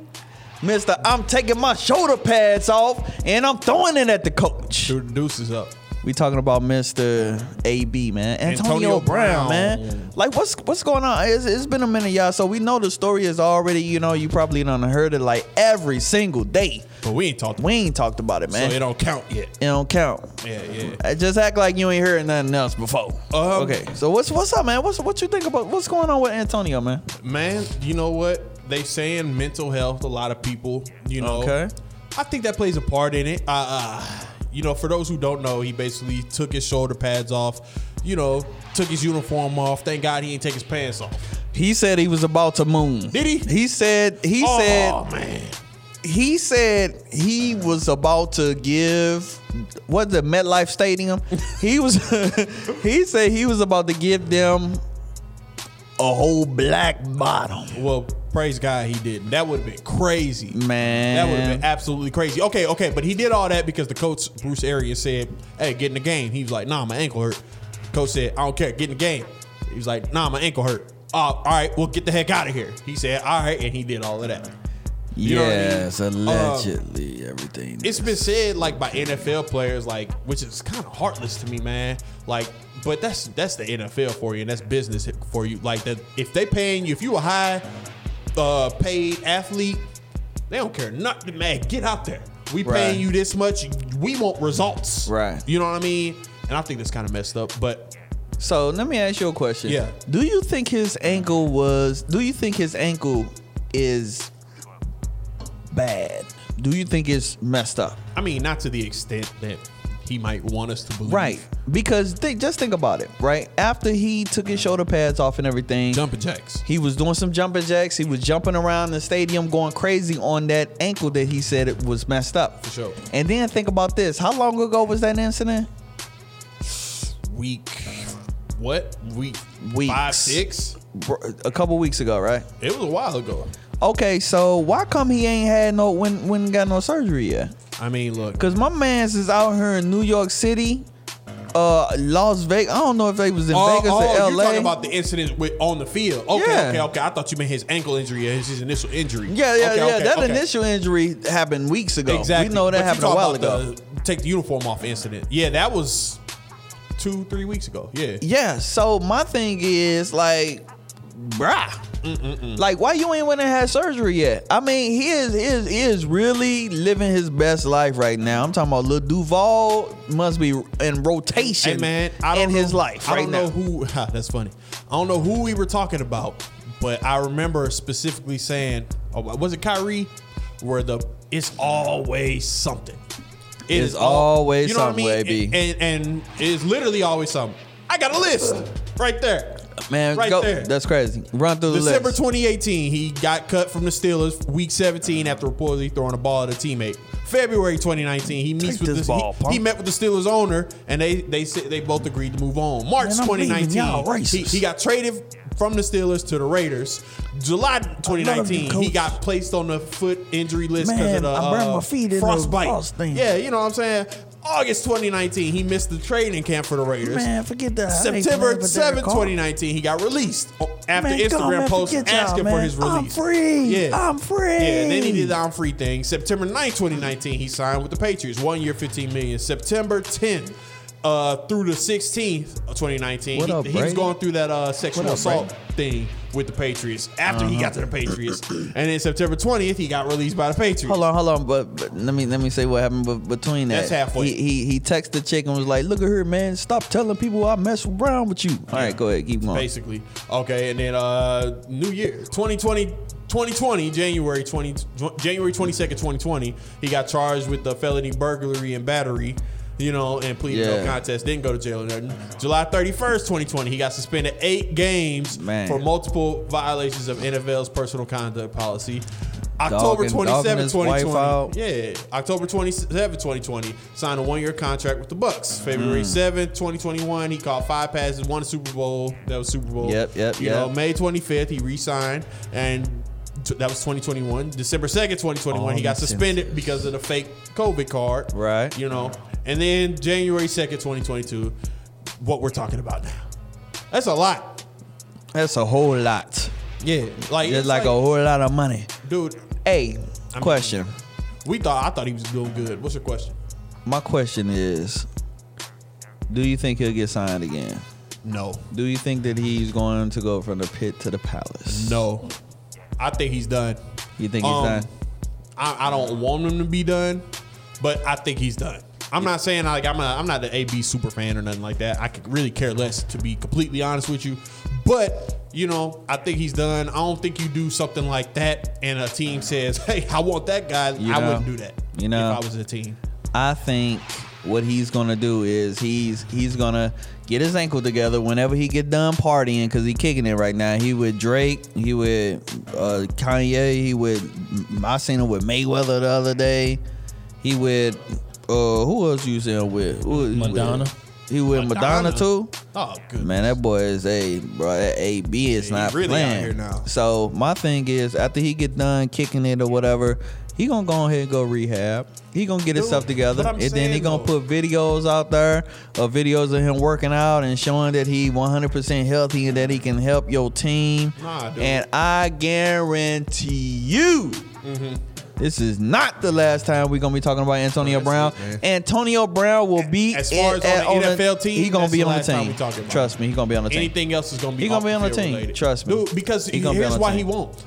Speaker 2: Mr. I'm taking my shoulder pads off and I'm throwing it at the coach.
Speaker 1: Dude, deuces up.
Speaker 2: We talking about Mr. AB, man. Antonio,
Speaker 1: Antonio
Speaker 2: Brown,
Speaker 1: Brown.
Speaker 2: man. Like, what's what's going on? It's, it's been a minute, y'all. So we know the story is already, you know, you probably done heard it like every single day.
Speaker 1: But we ain't talked about
Speaker 2: We ain't talked about it,
Speaker 1: it,
Speaker 2: man.
Speaker 1: so it don't count yet.
Speaker 2: it don't count.
Speaker 1: Yeah, yeah.
Speaker 2: Uh, Just act like you ain't heard nothing else before.
Speaker 1: Um,
Speaker 2: okay. So what's what's up, man? What's what you think about what's going on with Antonio, man?
Speaker 1: Man, you know what? They saying mental health, a lot of people, you know.
Speaker 2: Okay.
Speaker 1: I think that plays a part in it. Uh, uh, you know, for those who don't know, he basically took his shoulder pads off, you know, took his uniform off. Thank God he didn't take his pants off.
Speaker 2: He said he was about to moon.
Speaker 1: Did he?
Speaker 2: He said he
Speaker 1: oh,
Speaker 2: said
Speaker 1: man.
Speaker 2: he said he was about to give what the MetLife Stadium. He was <laughs> he said he was about to give them a whole black bottom.
Speaker 1: Well, praise God he didn't. That would have been crazy.
Speaker 2: Man.
Speaker 1: That would have been absolutely crazy. Okay, okay, but he did all that because the coach, Bruce Arians, said, hey, get in the game. He was like, nah, my ankle hurt. Coach said, I don't care, get in the game. He was like, nah, my ankle hurt. Uh, all right, well, get the heck out of here. He said, all right, and he did all of that. You know what I mean?
Speaker 2: yes,
Speaker 1: Um,
Speaker 2: allegedly everything.
Speaker 1: it's been said like by NFL players, like which is kind of heartless to me, man. Like, but that's that's the NFL for you, and that's business for you. Like that, if they paying you, if you a high uh, paid athlete, they don't care. Not man, get out there. We
Speaker 2: Right.
Speaker 1: paying you this much. We want results.
Speaker 2: Right.
Speaker 1: You know what I mean? And I think that's kind of messed up, but
Speaker 2: So let me ask you a question.
Speaker 1: Yeah.
Speaker 2: Do you think his ankle was? Do you think his ankle is bad? Do you think it's messed up?
Speaker 1: I mean, not to the extent that he might want us to believe.
Speaker 2: Right. Because think, just think about it. Right. After he took his shoulder pads off and everything,
Speaker 1: Jumping jacks.
Speaker 2: he was doing some jumping jacks. He was jumping around the stadium, going crazy on that ankle that he said it was messed up.
Speaker 1: For sure.
Speaker 2: And then think about this. How long ago was that incident?
Speaker 1: Week. What week?
Speaker 2: Weeks.
Speaker 1: Five, six.
Speaker 2: Br- A couple weeks ago, right?
Speaker 1: It was a while ago.
Speaker 2: Okay, so why come he ain't had no when when got no surgery yet?
Speaker 1: I mean, look.
Speaker 2: Cause my man's is out here in New York City, uh, Las Vegas. I don't know if they was in
Speaker 1: Oh,
Speaker 2: Vegas
Speaker 1: oh,
Speaker 2: or
Speaker 1: you're
Speaker 2: L.A.
Speaker 1: talking about the incident with on the field. Okay,
Speaker 2: Yeah.
Speaker 1: okay, okay. I thought you meant his ankle injury or his, his initial injury.
Speaker 2: yeah, yeah,
Speaker 1: Okay,
Speaker 2: yeah.
Speaker 1: okay,
Speaker 2: that
Speaker 1: okay.
Speaker 2: initial injury happened weeks ago.
Speaker 1: exactly.
Speaker 2: We know
Speaker 1: But
Speaker 2: that
Speaker 1: you
Speaker 2: happened a
Speaker 1: talking
Speaker 2: while
Speaker 1: about
Speaker 2: ago.
Speaker 1: the take the uniform off incident. Yeah, that was two, three weeks ago. Yeah.
Speaker 2: Yeah. So my thing is like, bruh. Like why you ain't went and had surgery yet? I mean, he is he is he is really living his best life right now. I'm talking about Lil Duval must be in rotation
Speaker 1: Hey man, I don't
Speaker 2: in
Speaker 1: know,
Speaker 2: his life
Speaker 1: I
Speaker 2: right
Speaker 1: don't
Speaker 2: now.
Speaker 1: know who. <laughs> Ha, that's funny. I don't know who we were talking about, but I remember specifically saying, oh, was it Kyrie? Where the it's always something. It
Speaker 2: It's
Speaker 1: al-
Speaker 2: always
Speaker 1: you know what
Speaker 2: something,
Speaker 1: I mean?
Speaker 2: baby.
Speaker 1: And, and and it's literally always something. I got a list right there.
Speaker 2: Man,
Speaker 1: right
Speaker 2: go.
Speaker 1: there.
Speaker 2: That's crazy. Run through the
Speaker 1: December
Speaker 2: list.
Speaker 1: 2018, he got cut from the Steelers week 17 after reportedly throwing a ball at a teammate. February 2019, he meets
Speaker 2: Take
Speaker 1: with
Speaker 2: this
Speaker 1: the,
Speaker 2: ball,
Speaker 1: he-
Speaker 2: punk.
Speaker 1: he, met with the Steelers owner and they they said they both agreed to move on. March
Speaker 2: Man, I'm leaving.
Speaker 1: 2019,
Speaker 2: Y'all racist.
Speaker 1: he, he got traded from the Steelers to the Raiders. July 2019,
Speaker 2: coach.
Speaker 1: he got placed on the foot injury list because
Speaker 2: Man,
Speaker 1: of the
Speaker 2: I burned
Speaker 1: uh,
Speaker 2: my feet in the
Speaker 1: frostbite.
Speaker 2: frost thing.
Speaker 1: Yeah, you know what I'm saying. August 2019, he missed the training camp for the Raiders.
Speaker 2: forget that.
Speaker 1: September 7, 2019, he got released after
Speaker 2: Man, come on,
Speaker 1: Instagram
Speaker 2: man,
Speaker 1: post
Speaker 2: forget y'all,
Speaker 1: asking for
Speaker 2: man.
Speaker 1: his
Speaker 2: I'm
Speaker 1: release.
Speaker 2: free. I'm free.
Speaker 1: Yeah, and then he did the I'm free thing. September 9, 2019, he signed with the Patriots. One year, 15 million. September 10 uh, through the 16th of 2019,
Speaker 2: What
Speaker 1: he,
Speaker 2: up,
Speaker 1: he was
Speaker 2: Brady?
Speaker 1: going through that uh, sexual
Speaker 2: What up, Uh-huh.
Speaker 1: assault thing with the Patriots after he got to the
Speaker 2: <clears throat>
Speaker 1: Patriots. and then September 20th, he got released by the Patriots.
Speaker 2: Hold on, hold on, but, but let me let me say what happened be- between that.
Speaker 1: That's halfway.
Speaker 2: He, he he texted the chick and was like, "Look at her, man. Stop telling people I mess around with you." All right, go ahead, keep going.
Speaker 1: basically. Okay, and then uh New Year 2020 2020 January 20 tw- January 22nd 2020, he got charged with the felony burglary and battery. You know, and pleaded no
Speaker 2: Yeah.
Speaker 1: contest. Didn't go to jail or nothing. July 31st, 2020, he got suspended eight games
Speaker 2: Man.
Speaker 1: for multiple violations of NFL's personal conduct policy. October
Speaker 2: Dogging-
Speaker 1: 27,
Speaker 2: dogging his wife
Speaker 1: 2020.
Speaker 2: out.
Speaker 1: Yeah, October 27, 2020, signed a one-year contract with the Bucks. February
Speaker 2: Mm.
Speaker 1: seventh, 2021, he caught five passes, won a Super Bowl. That was Super Bowl.
Speaker 2: Yep, yep,
Speaker 1: You
Speaker 2: yep.
Speaker 1: know, May 25th, he re-signed, and t- that was 2021. December 2nd, 2021,
Speaker 2: All
Speaker 1: he got
Speaker 2: makes sense.
Speaker 1: suspended because of the fake COVID card.
Speaker 2: Right.
Speaker 1: You know, and then January 2nd, 2022, what we're talking about now. That's a lot.
Speaker 2: That's a whole lot.
Speaker 1: Yeah, like
Speaker 2: It's
Speaker 1: it's
Speaker 2: like, a whole lot of money.
Speaker 1: dude.
Speaker 2: Hey, question.
Speaker 1: We thought I thought he was doing good. What's your question?
Speaker 2: My question is, Do you think he'll get signed again?
Speaker 1: No,
Speaker 2: Do you think that he's going to go from the pit to the palace?
Speaker 1: no. I think he's done.
Speaker 2: You think he's
Speaker 1: Um,
Speaker 2: done?
Speaker 1: I, I don't want him to be done, but I think he's done. I'm not saying like I'm a, I'm not an AB super fan or nothing like that. I could really care less to be completely honest with you, but you know I think he's done. I don't think you do something like that and a team says, "Hey, I want that guy."
Speaker 2: You
Speaker 1: I
Speaker 2: know,
Speaker 1: wouldn't do that.
Speaker 2: you know.
Speaker 1: if I was a team,
Speaker 2: I think what he's gonna do is he's he's gonna get his ankle together whenever he get done partying because he kicking it right now. He with Drake, he with uh, Kanye, he with I seen him with Mayweather the other day. He with uh, who else you seen him with? Who he with?
Speaker 4: Madonna.
Speaker 2: He with Madonna,
Speaker 1: Madonna.
Speaker 2: too.
Speaker 1: oh good.
Speaker 2: Man, that boy is a bro. That AB is
Speaker 1: Yeah, he
Speaker 2: not
Speaker 1: really out
Speaker 2: playing.
Speaker 1: here now.
Speaker 2: So my thing is, after he get done kicking it or whatever, he gonna go ahead and go rehab. He gonna get
Speaker 1: Dude,
Speaker 2: himself together,
Speaker 1: but I'm
Speaker 2: and then he
Speaker 1: saying,
Speaker 2: gonna
Speaker 1: though-
Speaker 2: put videos out there of videos of him working out and showing that he 100% healthy and that he can help your team.
Speaker 1: Nah, dude.
Speaker 2: and I guarantee you.
Speaker 1: Mm-hmm.
Speaker 2: This is not the last time we're gonna be talking about Antonio Brown.
Speaker 1: That's it, man.
Speaker 2: Antonio Brown will be
Speaker 1: As far as on the NFL team,
Speaker 2: He gonna
Speaker 1: that's
Speaker 2: be
Speaker 1: the
Speaker 2: on the
Speaker 1: last time we
Speaker 2: team.
Speaker 1: talking about
Speaker 2: Trust me, he gonna be on the team.
Speaker 1: Anything else is gonna be
Speaker 2: He gonna
Speaker 1: off
Speaker 2: be on the
Speaker 1: field
Speaker 2: team.
Speaker 1: related.
Speaker 2: Trust me.
Speaker 1: dude. Because
Speaker 2: He gonna be
Speaker 1: here's
Speaker 2: on the
Speaker 1: why he
Speaker 2: team.
Speaker 1: won't.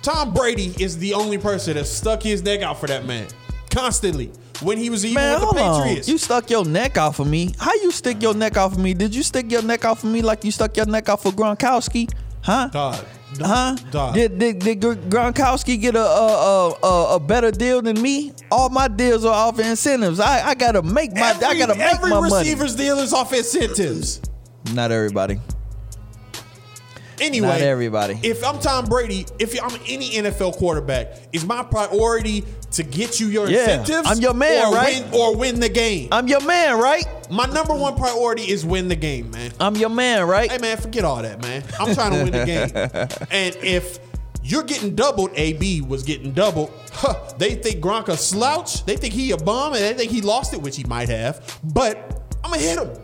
Speaker 1: Tom Brady is the only person that stuck his neck out for that man constantly when he was even
Speaker 2: Man,
Speaker 1: with
Speaker 2: hold
Speaker 1: the
Speaker 2: on.
Speaker 1: Patriots.
Speaker 2: You stuck your neck off of me. How you stick your neck off of me? Did you stick your neck off of me like you stuck your neck off of Gronkowski? Huh?
Speaker 1: Dog. No,
Speaker 2: Huh?
Speaker 1: Dog.
Speaker 2: Did, did did Gr- Gronkowski get a a, a a a better deal than me? All my deals are off incentives. I, I gotta make my
Speaker 1: every,
Speaker 2: I gotta make
Speaker 1: every
Speaker 2: my money.
Speaker 1: receiver's deal is off incentives.
Speaker 2: Not everybody.
Speaker 1: Anyway,
Speaker 2: Not everybody.
Speaker 1: If I'm Tom Brady, if I'm any NFL quarterback, is my priority to get you your
Speaker 2: Yeah,
Speaker 1: incentives?
Speaker 2: I'm your man,
Speaker 1: or
Speaker 2: right? Uh,
Speaker 1: Win, or win the game.
Speaker 2: I'm your man, right?
Speaker 1: my number one priority is win the game, man.
Speaker 2: I'm your man, right?
Speaker 1: Hey man, forget all that, man. I'm trying to win the
Speaker 2: <laughs>
Speaker 1: game. And if you're getting doubled, AB was getting doubled. Huh, they think Gronk a slouch. They think he a bum, and they think he lost it, which he might have. But I'm gonna hit him. They-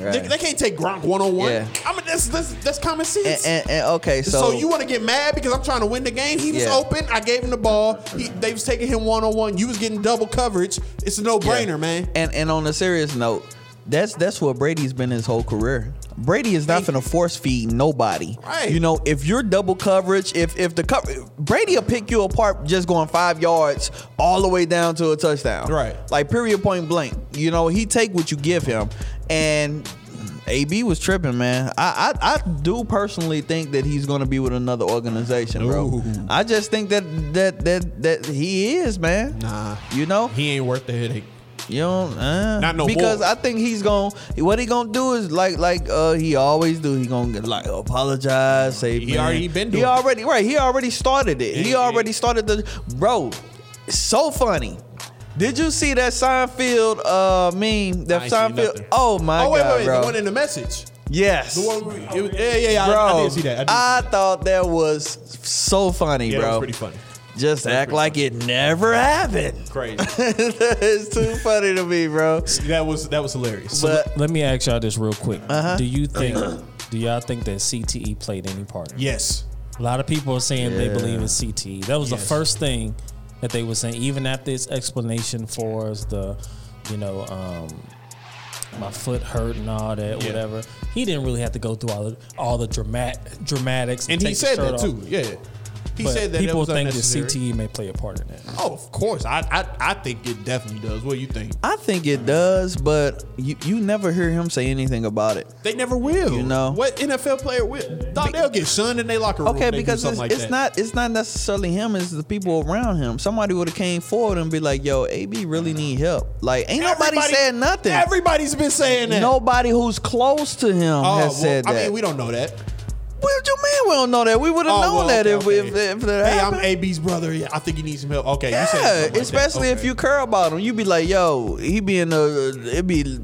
Speaker 2: Right.
Speaker 1: They, can't take Gronk one on one.
Speaker 2: Yeah.
Speaker 1: I mean, that's that's, that's common
Speaker 2: And,
Speaker 1: sense.
Speaker 2: and, and okay,
Speaker 1: so,
Speaker 2: so,
Speaker 1: you want to get mad because I'm trying to win the game? He was
Speaker 2: Yeah.
Speaker 1: open. I gave him the ball. He, they was taking him one on one. You was getting double coverage. It's a no brainer,
Speaker 2: Yeah.
Speaker 1: man.
Speaker 2: And and on a serious note, that's that's what Brady's been his whole career. Brady is not
Speaker 1: Thank
Speaker 2: gonna force feed nobody.
Speaker 1: Right.
Speaker 2: You know, if you're double coverage, if if the cover Brady'll pick you apart just going five yards all the way down to a touchdown.
Speaker 1: Right.
Speaker 2: Like period point blank. You know, he take what you give him. And AB was tripping, man. I I, I do personally think that he's gonna be with another organization, bro.
Speaker 1: Ooh.
Speaker 2: I just think that that that that he is, man.
Speaker 1: Nah.
Speaker 2: You know?
Speaker 1: He ain't worth the headache.
Speaker 2: You don't uh,
Speaker 1: Not no
Speaker 2: because
Speaker 1: more.
Speaker 2: I think he's going to what he gonna do is like like uh he always do he gonna get, like apologize say
Speaker 1: He
Speaker 2: man.
Speaker 1: already been doing
Speaker 2: he
Speaker 1: it.
Speaker 2: already right he already started it he
Speaker 1: Yeah, yeah.
Speaker 2: already started the bro so funny did you see that Seinfeld uh meme that
Speaker 1: I ain't seen
Speaker 2: Seinfeld
Speaker 1: nothing.
Speaker 2: oh my
Speaker 1: oh wait,
Speaker 2: god
Speaker 1: wait, wait.
Speaker 2: bro
Speaker 1: The one in the message.
Speaker 2: yes
Speaker 1: The one we, it was, yeah, yeah, yeah. I-
Speaker 2: bro
Speaker 1: I, did see that. I, did
Speaker 2: I
Speaker 1: see that.
Speaker 2: thought that was so funny
Speaker 1: yeah,
Speaker 2: bro
Speaker 1: that was pretty funny.
Speaker 2: just act like it never
Speaker 1: <laughs>
Speaker 2: happened <laughs>
Speaker 1: Crazy.
Speaker 2: it's too funny to me bro
Speaker 1: that was that was hilarious.
Speaker 2: but
Speaker 4: Let me ask y'all this real quick.
Speaker 1: Uh-huh.
Speaker 4: Do
Speaker 1: <clears throat>
Speaker 4: you think? Do y'all think that CTE played any part? in it?
Speaker 1: yes,
Speaker 4: A lot of people are saying they
Speaker 2: Yeah.
Speaker 4: believe in CTE. That was the
Speaker 1: Yes.
Speaker 4: first thing that they were saying, even after its explanation for us, the, you know, um, my foot hurt and all that,
Speaker 1: Yeah.
Speaker 4: whatever. He didn't really have to go through all the all the dramat dramatics.
Speaker 1: and he
Speaker 4: take the
Speaker 1: said
Speaker 4: shirt
Speaker 1: that
Speaker 4: off.
Speaker 1: too. Yeah, he
Speaker 4: But
Speaker 1: said that.
Speaker 4: people
Speaker 1: that was
Speaker 4: think that
Speaker 1: unnecessary.
Speaker 4: CTE may play a part in that.
Speaker 1: Oh, of course. I, I I think it definitely does. What do you think?
Speaker 2: I think it does, but you, you never hear him say anything about it.
Speaker 1: They never will.
Speaker 2: You know.
Speaker 1: what NFL player will? Dog, they'll get shunned in their locker room.
Speaker 2: Okay,
Speaker 1: if they do
Speaker 2: because it's,
Speaker 1: something like
Speaker 2: it's
Speaker 1: that.
Speaker 2: not it's not necessarily him, it's the people around him. Somebody would have came forward and be like, "Yo, AB really need help." Like, ain't nobody
Speaker 1: Everybody-
Speaker 2: said nothing.
Speaker 1: Everybody's been saying that.
Speaker 2: Nobody who's close to him
Speaker 1: Oh,
Speaker 2: has
Speaker 1: well,
Speaker 2: said
Speaker 1: I
Speaker 2: that.
Speaker 1: mean, we don't know that.
Speaker 2: what do you mean we don't know that? We would have
Speaker 1: Oh,
Speaker 2: known
Speaker 1: well,
Speaker 2: that
Speaker 1: okay,
Speaker 2: if, we
Speaker 1: okay.
Speaker 2: if if that
Speaker 1: hey,
Speaker 2: happened.
Speaker 1: I'm AB's brother. Yeah, I think he needs some help. Okay, you said
Speaker 2: Yeah,
Speaker 1: something like that.
Speaker 2: especially if
Speaker 1: Okay.
Speaker 2: you care about him, you be like, "Yo, he be in a it be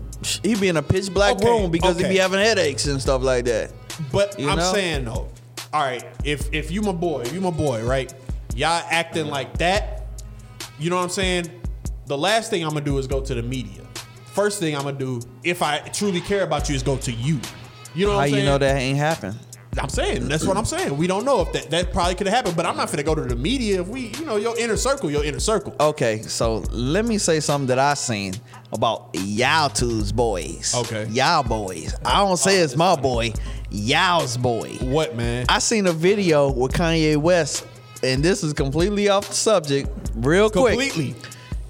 Speaker 2: he be in a pitch black
Speaker 1: Okay,
Speaker 2: room because he
Speaker 1: okay.
Speaker 2: be having headaches and stuff like that."
Speaker 1: But
Speaker 2: You
Speaker 1: I'm
Speaker 2: know?
Speaker 1: saying though, all right, if if you my boy, you my boy, right? Y'all acting like that, you know what I'm saying? The last thing I'm gonna do is go to the media. First thing I'm gonna do, if I truly care about you, is go to you. You know what
Speaker 2: How
Speaker 1: I'm
Speaker 2: you
Speaker 1: saying?
Speaker 2: know that ain't happened?
Speaker 1: I'm saying that's what I'm saying. We don't know if that that probably could have happened, but I'm not gonna go to the media if we, you know, your inner circle, your inner circle.
Speaker 2: Okay, so let me say something that I seen about y'all two's boys.
Speaker 1: Okay.
Speaker 2: Y'all boys. I don't say it's my boy, y'all's boy.
Speaker 1: What man?
Speaker 2: I seen a video with Kanye West, and this is completely off the subject, real quick. <laughs>
Speaker 1: Completely.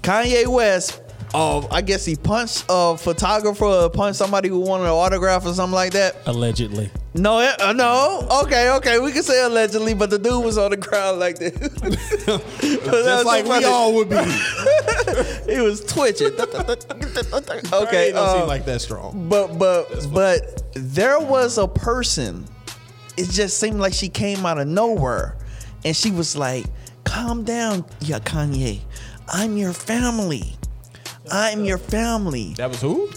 Speaker 2: Kanye West, uh, I guess he punched a photographer or punched somebody who wanted an autograph or something like that.
Speaker 4: Allegedly.
Speaker 2: No, it- uh, no. Okay, okay. We can say allegedly, but the dude was on the <laughs> ground like this.
Speaker 1: Just like we all
Speaker 2: <laughs>
Speaker 1: would be.
Speaker 2: It was twitching. okay.
Speaker 1: Kanye don't
Speaker 2: uh,
Speaker 1: seem like that strong.
Speaker 2: but but but there was a person. It just seemed like she came out of nowhere, and she was like, "Calm down, yeah, Kanye. I'm your family. I'm your family.
Speaker 1: That was who?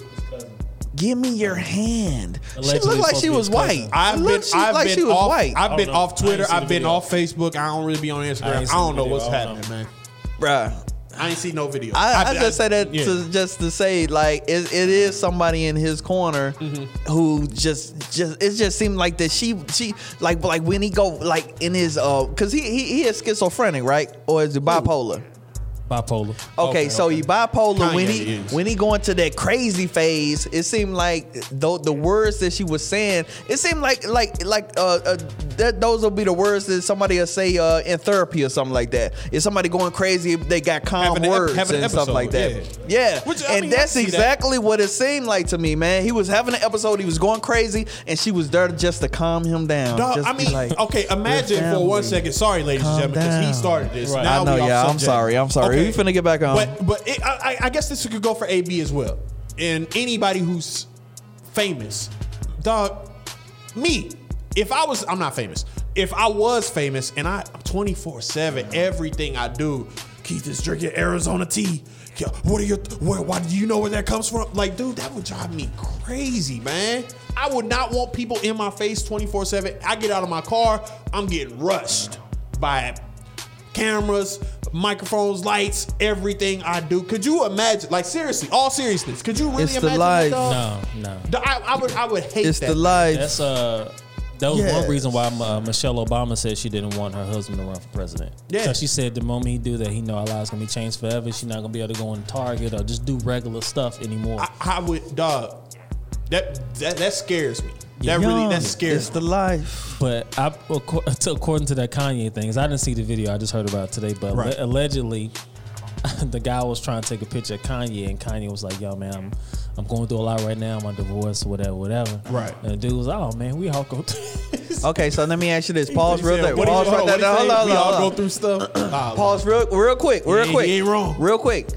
Speaker 2: Give me your hand." she
Speaker 4: Allegedly
Speaker 2: looked like
Speaker 4: supposed
Speaker 2: she
Speaker 4: to be
Speaker 2: was
Speaker 4: his cousin.
Speaker 2: white.
Speaker 1: I've
Speaker 2: Looked
Speaker 1: been,
Speaker 2: she-
Speaker 1: I've
Speaker 2: like
Speaker 1: been
Speaker 2: she was
Speaker 1: off,
Speaker 2: white,
Speaker 1: I've been
Speaker 4: I don't know.
Speaker 1: off
Speaker 4: I
Speaker 1: Twitter.
Speaker 4: ain't seen
Speaker 1: I've
Speaker 4: the
Speaker 1: been
Speaker 4: video.
Speaker 1: off Facebook. I don't really be on Instagram.
Speaker 4: I
Speaker 1: I,
Speaker 4: ain't seen
Speaker 1: don't
Speaker 4: the
Speaker 1: know
Speaker 4: video.
Speaker 1: what's
Speaker 4: I don't
Speaker 1: happening,
Speaker 4: know.
Speaker 1: man.
Speaker 2: bruh.
Speaker 1: I ain't see no video.
Speaker 2: I, I,
Speaker 1: I've-
Speaker 2: just say that
Speaker 1: yeah.
Speaker 2: to, just to say like it, it is somebody in his corner who just just it just seemed like that she she like like when he go like in his uh because he, he he is schizophrenic right or is he bipolar
Speaker 4: Bipolar.
Speaker 1: Oh.
Speaker 2: okay, so he bipolar when
Speaker 1: Kanye
Speaker 2: he
Speaker 1: is.
Speaker 2: when he go into that crazy phase it seemed like the, the words that she was saying it seemed like like like uh, uh that those will be the words that somebody will say uh in therapy or something like that if somebody going crazy they got calm
Speaker 1: Having an ep-
Speaker 2: words
Speaker 1: having an
Speaker 2: and stuff
Speaker 1: episode,
Speaker 2: like that yeah,
Speaker 1: Which, I
Speaker 2: and
Speaker 1: mean, I
Speaker 2: that's
Speaker 1: see that.
Speaker 2: exactly what it seemed like to me man he was having an episode he was going crazy and she was there just to calm him down
Speaker 1: Dog,
Speaker 2: just
Speaker 1: I
Speaker 2: be
Speaker 1: mean,
Speaker 2: like,
Speaker 1: okay, imagine for one
Speaker 2: family.
Speaker 1: second. Sorry, ladies
Speaker 2: Calm
Speaker 1: and gentlemen, because
Speaker 2: down.
Speaker 1: he started this.
Speaker 4: Right.
Speaker 1: Now
Speaker 2: I know,
Speaker 1: we off
Speaker 2: yeah, I'm
Speaker 1: subject.
Speaker 2: sorry, I'm sorry. We finna get back on.
Speaker 1: But but it, I, I- I guess this could go for AB as well, and anybody who's famous, dog. Me, if I was, I'm not famous. If I was famous, and I 24 seven, everything I do, Keith is drinking Arizona tea. Yo, What are your? Where, why do you know where that comes from? Like, dude, that would drive me crazy, man. I would not want people in my face 24 seven. I get out of my car, I'm getting rushed by cameras, microphones, lights, everything I do. Could you imagine? Like seriously, all seriousness. Could you really
Speaker 2: It's the
Speaker 1: imagine?
Speaker 2: life.
Speaker 1: That, dog?
Speaker 4: No, Um, no.
Speaker 1: The- I, I would. I would hate
Speaker 2: it's
Speaker 1: that.
Speaker 2: the life
Speaker 4: That's uh, that was
Speaker 2: Yes.
Speaker 4: one reason why uh, Michelle Obama said she didn't want her husband to run for president.
Speaker 1: Yeah.
Speaker 4: So she said the moment he do that, he know our lives gonna be changed forever. She's not gonna be able to go on Target or just do regular stuff anymore.
Speaker 1: I, I would, dog. That that, that scares me. That really
Speaker 2: Young.
Speaker 1: that scares
Speaker 2: it's
Speaker 1: me.
Speaker 2: the life
Speaker 4: But I, acco- <laughs> to- according to that Kanye things, I didn't see the video. I just heard about it today. But
Speaker 1: Right.
Speaker 4: alle- allegedly, <laughs> the guy was trying to take a picture of Kanye, and Kanye was like, "Yo, man, I'm, I'm going through a lot right now. My divorce, whatever, whatever."
Speaker 1: Right.
Speaker 4: And the dude was, "Oh man, we all go through." <laughs>
Speaker 2: Okay, so let me ask you this. Pause
Speaker 1: He
Speaker 2: real
Speaker 1: said,
Speaker 2: quick.
Speaker 1: what he-
Speaker 2: Pause
Speaker 1: hold
Speaker 2: right
Speaker 1: on,
Speaker 2: there.
Speaker 1: what he
Speaker 2: Hold
Speaker 1: said?
Speaker 2: on,
Speaker 1: We all
Speaker 2: hold
Speaker 1: go
Speaker 2: on.
Speaker 1: through <clears throat> stuff. Nah,
Speaker 2: Pause real, real quick. Real
Speaker 1: ain't- he
Speaker 2: quick.
Speaker 1: ain't wrong.
Speaker 2: Real quick.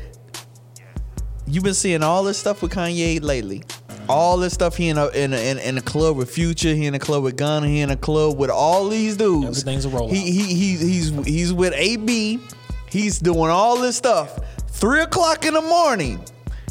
Speaker 2: You've been seeing all this stuff with Kanye lately. All this stuff he in a, in, a, in in the club with Future, he in the club with Gunna, he in the club with all these dudes.
Speaker 4: Everything's a rollout.
Speaker 2: He, he he he's he's with AB. He's doing all this stuff. Three o'clock in the morning.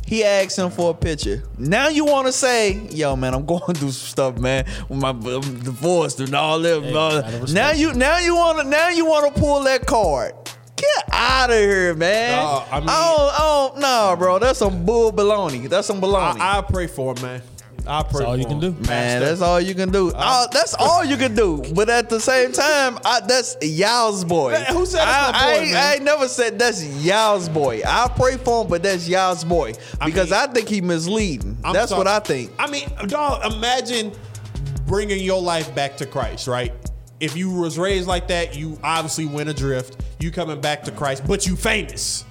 Speaker 2: He asks him for a picture. Now you want to say, "Yo, man, I'm <laughs> going through some stuff, man. With my I'm divorced and all that."
Speaker 4: Hey,
Speaker 2: blah,
Speaker 4: out of
Speaker 2: blah."
Speaker 4: respect.
Speaker 2: Now you now you want to now you want to pull that card. Get out of here, man.
Speaker 1: Nah, I
Speaker 2: I,
Speaker 1: mean-
Speaker 2: don't, I don't, nah, bro. That's some bull baloney. That's some baloney.
Speaker 1: I, I pray for him, man. I pray.
Speaker 4: all
Speaker 1: for
Speaker 4: you can
Speaker 1: him.
Speaker 4: do.
Speaker 2: Man, that's all you can
Speaker 1: Uh,
Speaker 2: do. All-
Speaker 1: <laughs>
Speaker 2: that's all you can do. But at the same time, I, that's y'all's boy.
Speaker 1: Man, who said it's my
Speaker 2: I,
Speaker 1: boy,
Speaker 2: I, ain't-
Speaker 1: man?
Speaker 2: I ain't never said that's y'all's boy. I pray for him, but that's y'all's boy because I,
Speaker 1: mean-
Speaker 2: think he misleading.
Speaker 1: I'm
Speaker 2: that's
Speaker 1: sorry.
Speaker 2: what I think.
Speaker 1: I mean, dog, imagine bringing your life back to Christ, right? If you was raised like that, you obviously went adrift. You coming back to Christ, but you famous.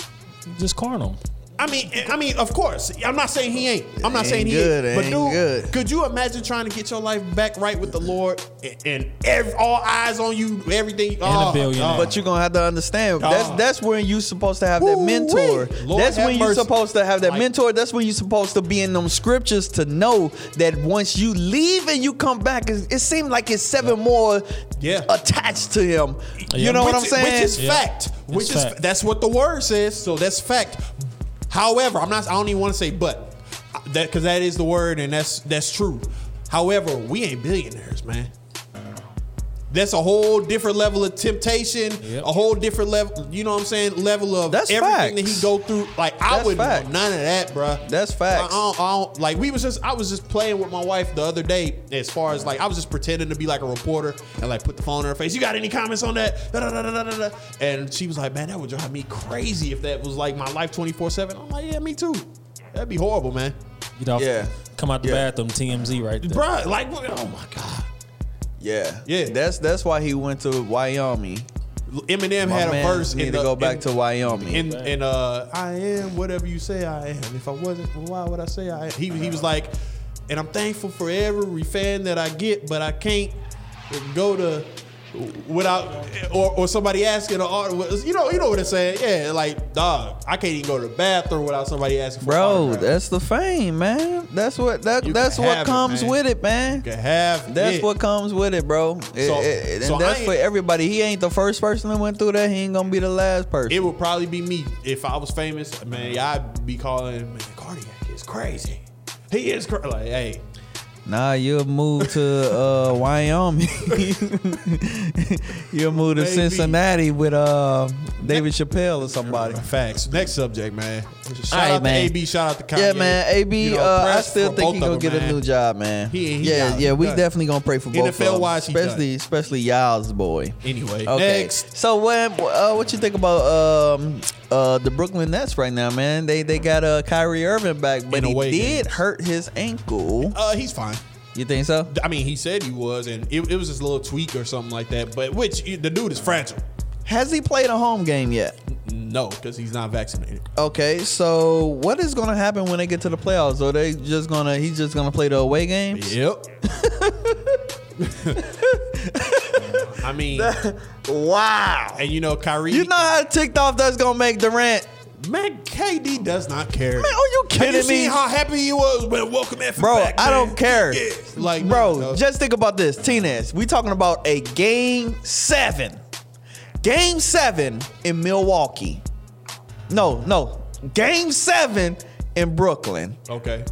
Speaker 4: just carnal.
Speaker 1: I mean, I mean, of course. I'm not saying he ain't. I'm not
Speaker 2: Ain't
Speaker 1: saying he
Speaker 2: good,
Speaker 1: ain't. But
Speaker 2: ain't
Speaker 1: dude,
Speaker 2: good.
Speaker 1: could you imagine trying to get your life back right with the Lord and, and ev- all eyes on you, everything? oh,
Speaker 4: billionaire.
Speaker 1: oh.
Speaker 2: But you're gonna have to understand. That's
Speaker 1: Dog.
Speaker 2: that's when you supposed to have that
Speaker 1: Woo-wee.
Speaker 2: mentor.
Speaker 1: Lord
Speaker 2: that's
Speaker 1: have
Speaker 2: when you're
Speaker 1: mercy.
Speaker 2: supposed to have that
Speaker 1: Like-
Speaker 2: mentor. That's when you're supposed to be in them scriptures to know that once you leave and you come back, it, it seemed like it's seven more
Speaker 1: Yeah.
Speaker 2: attached to him.
Speaker 4: Yeah.
Speaker 2: You know what I'm
Speaker 1: Which-
Speaker 2: saying?
Speaker 1: Which is
Speaker 4: Yeah.
Speaker 1: fact. Which is
Speaker 4: fact.
Speaker 1: that's what the word says. So that's fact. However, I'm not. I don't even want to say but uh, that because that is the word and that's that's true. However, we ain't billionaires, man. That's a whole different level of temptation,
Speaker 4: Yep.
Speaker 1: a whole different level. You know what I'm saying? Level of
Speaker 2: That's
Speaker 1: everything that
Speaker 2: facts.
Speaker 1: he go through. Like I
Speaker 2: That's
Speaker 1: wouldn't
Speaker 2: facts.
Speaker 1: want none of that, bruh.
Speaker 2: That's
Speaker 1: I
Speaker 2: facts.
Speaker 1: don't, I don't- like we was just I was just playing with my wife the other day as far as like I was just pretending to be like a reporter and like put the phone in her face. You got any comments on that? Da, da, da, da, da, da, da. And she was like, man, that would drive me crazy if that was like my life 24 seven. I'm like, yeah, me too. That'd be horrible, man.
Speaker 4: Get off,
Speaker 2: Yeah.
Speaker 4: come out the
Speaker 2: Yeah.
Speaker 4: bathroom, TMZ right there.
Speaker 1: Bruh, like, what- oh my God.
Speaker 2: Yeah.
Speaker 1: Yeah.
Speaker 2: That's that's why he went to Wyoming.
Speaker 1: Eminem
Speaker 2: My
Speaker 1: had a
Speaker 2: man
Speaker 1: verse
Speaker 2: need
Speaker 1: in
Speaker 2: to
Speaker 1: the,
Speaker 2: go back
Speaker 1: in,
Speaker 2: to Wyoming.
Speaker 1: in, in uh I am whatever you say I am. If I wasn't, well, why would I say I am? He, he was like, and I'm thankful for every fan that I get, but I can't go to without or, or somebody asking an artist. You know, you know what I'm saying? Yeah, like dog, I can't even go to the bathroom without somebody asking. For an
Speaker 2: Bro,
Speaker 1: autograph.
Speaker 2: that's the fame, man. That's what that
Speaker 1: You can
Speaker 2: that's what
Speaker 1: have it,
Speaker 2: comes
Speaker 1: man.
Speaker 2: with it, man.
Speaker 1: you can have.
Speaker 2: That's
Speaker 1: it.
Speaker 2: what comes with it, bro. It-
Speaker 1: So-
Speaker 2: it- and
Speaker 1: so I
Speaker 2: that's
Speaker 1: ain't-
Speaker 2: for everybody. He ain't the first person that went through that. He ain't gonna be the last person.
Speaker 1: It would probably be me if I was famous. Man, I'd be calling man cardiac. is crazy. He is crazy. Like, hey,
Speaker 2: Nah, you'll move to
Speaker 1: <laughs>
Speaker 2: uh, Wyoming. you'll move to
Speaker 1: Maybe.
Speaker 2: Cincinnati with uh, David Chappelle or somebody.
Speaker 1: Facts. Next subject, man. Shout
Speaker 2: Alright,
Speaker 1: out to
Speaker 2: man.
Speaker 1: AB. Shout out to Kanye.
Speaker 2: Yeah, man. AB,
Speaker 1: You know,
Speaker 2: uh, I
Speaker 1: press
Speaker 2: still
Speaker 1: for both
Speaker 2: think he
Speaker 1: of them,
Speaker 2: gonna get a
Speaker 1: man.
Speaker 2: new job, man.
Speaker 1: He- he
Speaker 2: yeah,
Speaker 1: done.
Speaker 2: yeah. We
Speaker 1: Done.
Speaker 2: definitely gonna pray for both.
Speaker 1: NFL
Speaker 2: of them,
Speaker 1: wise, he done.
Speaker 2: especially especially y'all's boy.
Speaker 1: Anyway,
Speaker 2: Okay.
Speaker 1: next.
Speaker 2: So what uh, what you think about um, uh, the Brooklyn Nets right now, man? They they got uh, Kyrie Irving back, but
Speaker 1: In
Speaker 2: he
Speaker 1: away
Speaker 2: did
Speaker 1: games.
Speaker 2: hurt his ankle.
Speaker 1: Uh, he's fine.
Speaker 2: You think so?
Speaker 1: I mean, he said he was, and it, it was just a little tweak or something like that. But which the dude is fragile.
Speaker 2: Has he played a home game yet?
Speaker 1: No, because he's not vaccinated.
Speaker 2: Okay, so what is gonna happen when they get to the playoffs? Are they just gonna he's just gonna play the away games?
Speaker 1: Yep. <laughs> I mean,
Speaker 2: wow.
Speaker 1: and you know, Kyrie.
Speaker 2: You know how ticked off that's gonna make Durant.
Speaker 1: man, KD does not care.
Speaker 2: Man, are you
Speaker 1: Have you
Speaker 2: kidding me?
Speaker 1: seen how happy he was when welcome F
Speaker 2: Bro,
Speaker 1: back,
Speaker 2: I
Speaker 1: man?
Speaker 2: don't care.
Speaker 1: Yeah. Like,
Speaker 2: bro,
Speaker 1: no.
Speaker 2: just think about this. Tinez, we talking about a game seven. Game seven in Milwaukee. No, no. Game seven in Brooklyn.
Speaker 1: okay.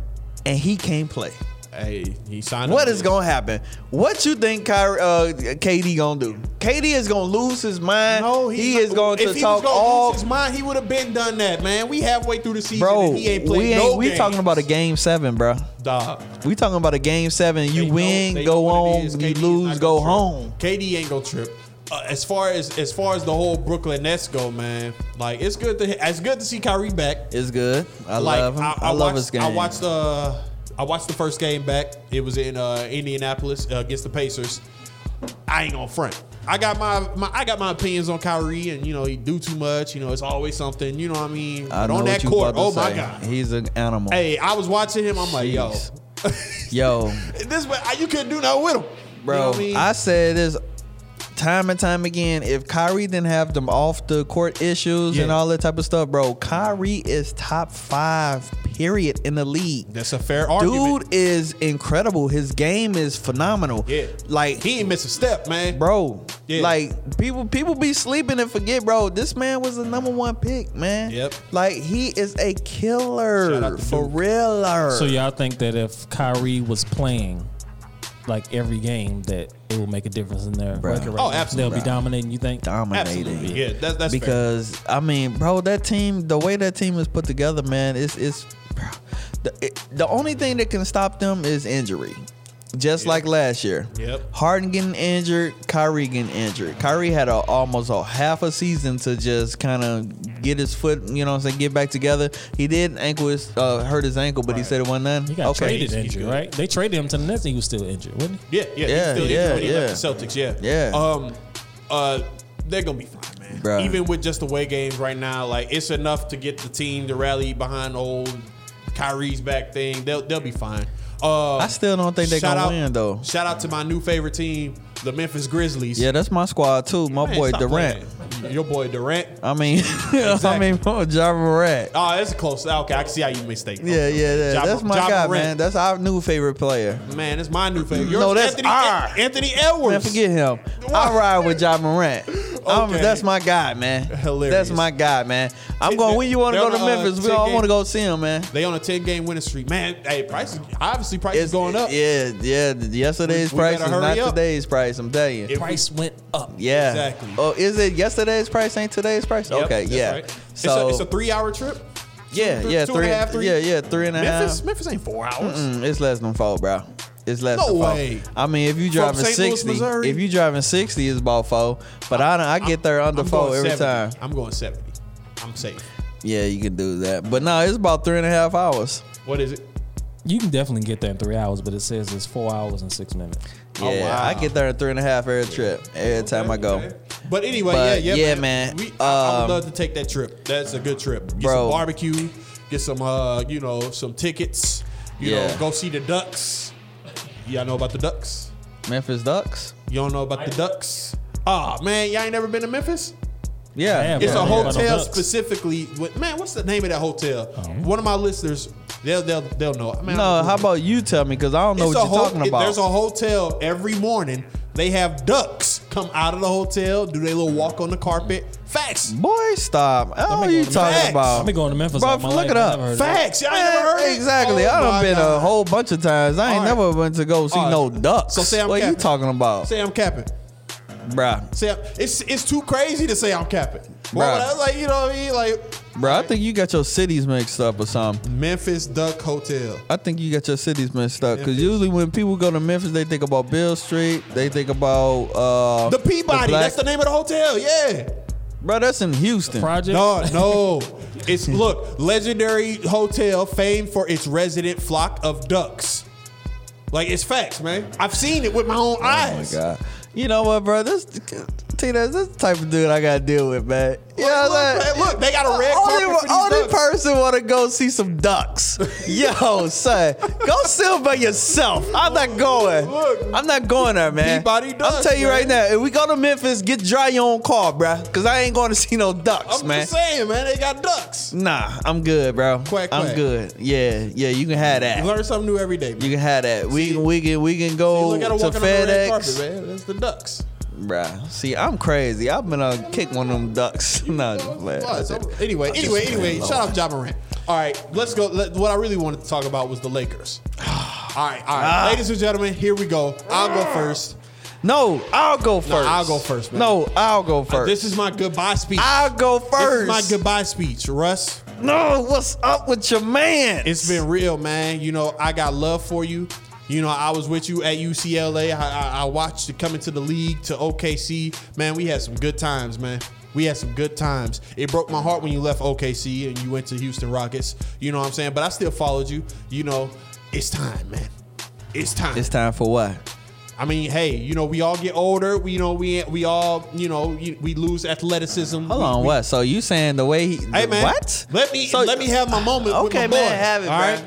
Speaker 2: And he can't play.
Speaker 1: Hey, he signed.
Speaker 2: What
Speaker 1: up.
Speaker 2: is gonna happen? What you think Kyrie, uh, KD gonna do? KD is gonna lose his mind.
Speaker 1: No, he's
Speaker 2: he
Speaker 1: not-
Speaker 2: is going
Speaker 1: if
Speaker 2: to
Speaker 1: he
Speaker 2: talk
Speaker 1: was gonna
Speaker 2: all.
Speaker 1: lose his mind. He would have been done that, man. We halfway through the season,
Speaker 2: Bro,
Speaker 1: and he ain't played
Speaker 2: we ain't.
Speaker 1: no
Speaker 2: we
Speaker 1: games.
Speaker 2: talking about a game seven, bro.
Speaker 1: Dog.
Speaker 2: We talking about a game seven. You
Speaker 1: They know-
Speaker 2: win,
Speaker 1: they know
Speaker 2: go
Speaker 1: what it
Speaker 2: on.
Speaker 1: is.
Speaker 2: You
Speaker 1: KD is
Speaker 2: lose,
Speaker 1: not
Speaker 2: go
Speaker 1: gonna trip.
Speaker 2: home.
Speaker 1: KD ain't gonna trip. Uh, as far as as far as the whole Brooklyn Nets go, man, like it's good to it's good to see Kyrie back.
Speaker 2: It's good. I
Speaker 1: like
Speaker 2: love him. I, love
Speaker 1: watched,
Speaker 2: his game.
Speaker 1: I watched uh I watched the first game back. It was in uh, Indianapolis uh, against the Pacers. I ain't gonna front. I got my, my I got my opinions on Kyrie, and you know he do too much. You know it's always something. You know what I mean. But
Speaker 2: I know
Speaker 1: on
Speaker 2: what
Speaker 1: that
Speaker 2: you
Speaker 1: court,
Speaker 2: about
Speaker 1: oh
Speaker 2: to
Speaker 1: my
Speaker 2: say.
Speaker 1: god.
Speaker 2: he's an animal.
Speaker 1: Hey, I was watching him. I'm like, yo,
Speaker 2: Jeez. Yo,
Speaker 1: this way you couldn't do nothing with him,
Speaker 2: bro,
Speaker 1: You know what
Speaker 2: I,
Speaker 1: I mean?
Speaker 2: said this time and time again. If Kyrie didn't have them off the court issues and
Speaker 1: Yeah.
Speaker 2: all that type of stuff, bro, Kyrie is top five, period, in the league.
Speaker 1: That's a fair
Speaker 2: Dude
Speaker 1: argument.
Speaker 2: is incredible. His game is phenomenal.
Speaker 1: yeah,
Speaker 2: Like
Speaker 1: he ain't miss a step, man.
Speaker 2: bro.
Speaker 1: Yeah.
Speaker 2: Like people, people be sleeping and forget, bro. This man was the number one pick, man.
Speaker 1: Yep.
Speaker 2: Like he is a
Speaker 1: Shout
Speaker 2: killer,
Speaker 1: out to
Speaker 2: for
Speaker 1: Duke.
Speaker 2: realer.
Speaker 4: So y'all think that if Kyrie was playing like every game, that it will make a difference in their
Speaker 2: Bruh.
Speaker 4: record?
Speaker 1: Oh,
Speaker 4: now?
Speaker 1: absolutely.
Speaker 4: They'll be dominating. You think?
Speaker 2: dominating.
Speaker 1: Absolutely. Yeah, that's that's fair.
Speaker 2: because I mean, bro, that team, the way that team is put together, man, it's it's bro, the, it, the only thing that can stop them is injury. Just
Speaker 1: Yep.
Speaker 2: like last year,
Speaker 1: Yep.
Speaker 2: Harden getting injured, Kyrie getting injured. Kyrie had a, almost a half a season to just kind of get his foot, you know, what I'm saying, get back together. He did ankle his, uh, hurt his ankle, but he
Speaker 1: Right.
Speaker 2: said it wasn't nothing.
Speaker 4: He got traded
Speaker 1: he's- he's
Speaker 4: injured,
Speaker 1: good.
Speaker 4: right? They traded him to the Nets, and he was still injured, wasn't he?
Speaker 1: Yeah, yeah,
Speaker 2: Yeah,
Speaker 1: yeah, still
Speaker 2: yeah,
Speaker 1: yeah, when he left the
Speaker 2: yeah.
Speaker 1: Celtics. Yeah,
Speaker 2: Yeah.
Speaker 1: Um, uh, they're gonna be fine, man.
Speaker 2: Bruh.
Speaker 1: Even with just the way games right now, like it's enough to get the team to rally behind old Kyrie's back thing. They'll they'll be fine. Uh,
Speaker 2: I still don't think they're
Speaker 1: shout
Speaker 2: gonna
Speaker 1: out-
Speaker 2: win though.
Speaker 1: Shout out to my new favorite team, the Memphis Grizzlies.
Speaker 2: Yeah, that's my squad too. My
Speaker 1: Man,
Speaker 2: boy
Speaker 1: stop
Speaker 2: Durant.
Speaker 1: playing. Your boy Durant.
Speaker 2: I mean, <laughs> I mean, John Morant.
Speaker 1: Oh, that's close. Okay, I can see how you mistake.
Speaker 2: Yeah, yeah, yeah.
Speaker 1: Ja-
Speaker 2: that's my
Speaker 1: Ja
Speaker 2: guy,
Speaker 1: Morant.
Speaker 2: man. That's our new favorite player.
Speaker 1: Man, that's my new favorite.
Speaker 2: No, that's
Speaker 1: Anthony,
Speaker 2: our-
Speaker 1: Anthony Edwards. <laughs>
Speaker 2: Man, forget him. I ride with John Morant. I'm,
Speaker 1: Okay.
Speaker 2: that's my guy, man.
Speaker 1: Hilarious.
Speaker 2: That's my guy, man. I'm
Speaker 1: Ten-
Speaker 2: going. When you want to
Speaker 1: they're
Speaker 2: go to
Speaker 1: on, uh,
Speaker 2: Memphis, we
Speaker 1: ten
Speaker 2: all
Speaker 1: game-
Speaker 2: want to go see him, man.
Speaker 1: They on a ten game winning streak, man. Hey, price is, obviously price is going up.
Speaker 2: Yeah, yeah. Yesterday's
Speaker 1: We- we
Speaker 2: price
Speaker 1: better
Speaker 2: is
Speaker 1: hurry
Speaker 2: not
Speaker 1: up.
Speaker 2: today's price. I'm telling you.
Speaker 1: If we-
Speaker 4: Price went up.
Speaker 2: yeah.
Speaker 1: exactly.
Speaker 2: Oh, is it yesterday's price? Ain't today's price?
Speaker 1: Yep,
Speaker 2: okay.
Speaker 1: that's
Speaker 2: Yeah.
Speaker 1: right. It's a-
Speaker 2: So
Speaker 1: it's a, three hour trip.
Speaker 2: yeah,
Speaker 1: Two-
Speaker 2: yeah,
Speaker 1: two
Speaker 2: three,
Speaker 1: and a half, three-
Speaker 2: yeah, yeah, three and a half.
Speaker 1: Memphis, Memphis ain't four hours.
Speaker 2: Mm, it's less than four, bro. It's less
Speaker 1: No
Speaker 2: than four.
Speaker 1: way.
Speaker 2: I mean, if you
Speaker 1: From St.
Speaker 2: driving
Speaker 1: Louis,
Speaker 2: sixty,
Speaker 1: Missouri?
Speaker 2: if you driving sixty, it's about four. But I, don't- I get there under
Speaker 1: I'm
Speaker 2: four
Speaker 1: going
Speaker 2: every
Speaker 1: 70.
Speaker 2: time.
Speaker 1: I'm going seventy. I'm safe.
Speaker 2: Yeah, you can do that. But no, it's about three and a half hours.
Speaker 1: What is it?
Speaker 4: You can definitely get there in three hours, but it says it's four hours and six minutes.
Speaker 2: Yeah,
Speaker 1: Oh, wow.
Speaker 2: I get there in three and a half every trip. Every time I
Speaker 1: Okay,
Speaker 2: go.
Speaker 1: okay. But anyway,
Speaker 2: But,
Speaker 1: yeah, yeah,
Speaker 2: yeah, man,
Speaker 1: man. We, I, I
Speaker 2: um,
Speaker 1: would love to take that trip. That's a good trip. Get
Speaker 2: Bro.
Speaker 1: some barbecue, get some, uh, you know, some tickets. You
Speaker 2: Yeah.
Speaker 1: know, go see the ducks. Y'all know about the ducks?
Speaker 2: Memphis Ducks.
Speaker 1: You don't know about the ducks? Ah, man, y'all ain't never been to Memphis?
Speaker 2: Yeah,
Speaker 4: Damn,
Speaker 1: It's
Speaker 4: Yeah,
Speaker 1: a
Speaker 4: I heard about
Speaker 1: hotel
Speaker 4: the Ducks. Uh-huh.
Speaker 1: specifically. With, man, what's the name of that hotel? One of my listeners, they'll they'll they'll know. Man,
Speaker 2: No,
Speaker 1: I'm-
Speaker 2: how about you tell me? Because I don't know
Speaker 1: It's
Speaker 2: what
Speaker 1: a
Speaker 2: you're
Speaker 1: ho-
Speaker 2: talking about.
Speaker 1: There's a hotel every morning. They have ducks come out of the hotel, do their little walk on the carpet. Facts.
Speaker 2: Boy, stop. I don't know what you
Speaker 4: go-
Speaker 2: talking
Speaker 1: Facts.
Speaker 4: I've
Speaker 2: about.
Speaker 4: been going to Memphis.
Speaker 2: Um, Bro,
Speaker 4: all my
Speaker 2: look
Speaker 4: life.
Speaker 2: it
Speaker 4: I
Speaker 2: up.
Speaker 4: never heard of it.
Speaker 1: Facts. Y'all ain't never heard
Speaker 2: Man,
Speaker 1: it?
Speaker 2: exactly. I
Speaker 1: Oh
Speaker 2: done
Speaker 1: my
Speaker 2: been a
Speaker 1: God.
Speaker 2: whole bunch of times. I ain't
Speaker 1: All right.
Speaker 2: never went to go see
Speaker 1: All right.
Speaker 2: no ducks.
Speaker 1: So say I'm
Speaker 2: what you
Speaker 1: capping.
Speaker 2: talking about,
Speaker 1: Say I'm capping.
Speaker 2: bruh?
Speaker 1: Say I'm, it's it's too crazy to say I'm capping. Why
Speaker 2: Bruh.
Speaker 1: would I, like you know what I mean? Like
Speaker 2: Bruh, I think you got your cities mixed up or something.
Speaker 1: Memphis Duck Hotel.
Speaker 2: I think you got your cities mixed up because
Speaker 1: Memphis.
Speaker 2: usually when people go to Memphis, they think about Bill Street. They think about uh,
Speaker 1: The Peabody.
Speaker 2: Black-
Speaker 1: that's the name of the hotel. Yeah.
Speaker 2: Bruh, That's in Houston.
Speaker 4: Project.
Speaker 1: No, no. It's look, legendary hotel famed for its resident flock of ducks. Like it's facts, man. I've seen it with my own eyes.
Speaker 2: Oh my God. You know what, bro? This Tina, this is the type of dude I gotta deal with, man. You know what I'm
Speaker 1: Look,
Speaker 2: saying?
Speaker 1: man, look, they got a red
Speaker 2: only,
Speaker 1: carpet for these
Speaker 2: only
Speaker 1: ducks.
Speaker 2: person want to go see some ducks. Yo, son, go sit by yourself. I'm not going.
Speaker 1: Look.
Speaker 2: I'm not going there, man.
Speaker 1: Peabody
Speaker 2: I'm
Speaker 1: ducks,
Speaker 2: telling you right
Speaker 1: man.
Speaker 2: now, if we go to Memphis, get dry your own car, bruh, because I ain't going to <laughs> see no ducks,
Speaker 1: I'm
Speaker 2: man.
Speaker 1: just saying, man, they got ducks.
Speaker 2: Nah, I'm good, bro.
Speaker 1: Quack,
Speaker 2: I'm
Speaker 1: quack.
Speaker 2: good. Yeah, yeah, you can have that.
Speaker 1: You learn something new every day, man.
Speaker 2: You can have that. We can, we can, we can
Speaker 1: You
Speaker 2: go
Speaker 1: look at her
Speaker 2: to
Speaker 1: walking on the red carpet,
Speaker 2: FedEx.
Speaker 1: man. That's the ducks.
Speaker 2: Bruh, see, I'm crazy. I've been uh, kick one of them ducks. <laughs> no, just playing.
Speaker 1: Well, it's over. anyway, anyway, anyway, shout out John Morant. All right, let's go. Let- what I really wanted to talk about was the
Speaker 2: <sighs>
Speaker 1: Lakers. All right, all
Speaker 2: Ah.
Speaker 1: right, ladies and gentlemen, here we go. I'll go first.
Speaker 2: No, I'll go first.
Speaker 1: I'll go first, man.
Speaker 2: No, I'll go first.
Speaker 1: This is my goodbye speech.
Speaker 2: I'll go first.
Speaker 1: This is my goodbye speech, Russ.
Speaker 2: no, what's up with your man?
Speaker 1: It's been real, man. You know, I got love for you. You know, I was with you at UCLA. I, I, I watched you coming to the league to OKC. Man, we had some good times, man. We had some good times. It broke my heart when you left OKC and you went to Houston Rockets. You know what I'm saying? But I still followed you. You know, it's time, man. It's time.
Speaker 2: It's time for what?
Speaker 1: I mean, hey, you know, we all get older. We, you know, we we all, you know, we, we lose athleticism.
Speaker 2: Hold
Speaker 1: We-
Speaker 2: on,
Speaker 1: we-
Speaker 2: what? So you saying the way he?
Speaker 1: Hey
Speaker 2: the-
Speaker 1: man,
Speaker 2: what?
Speaker 1: Let me
Speaker 2: So-
Speaker 1: let me have my moment.
Speaker 2: Okay,
Speaker 1: with my
Speaker 2: man,
Speaker 1: boy,
Speaker 2: have it,
Speaker 1: all
Speaker 2: bruh.
Speaker 1: right?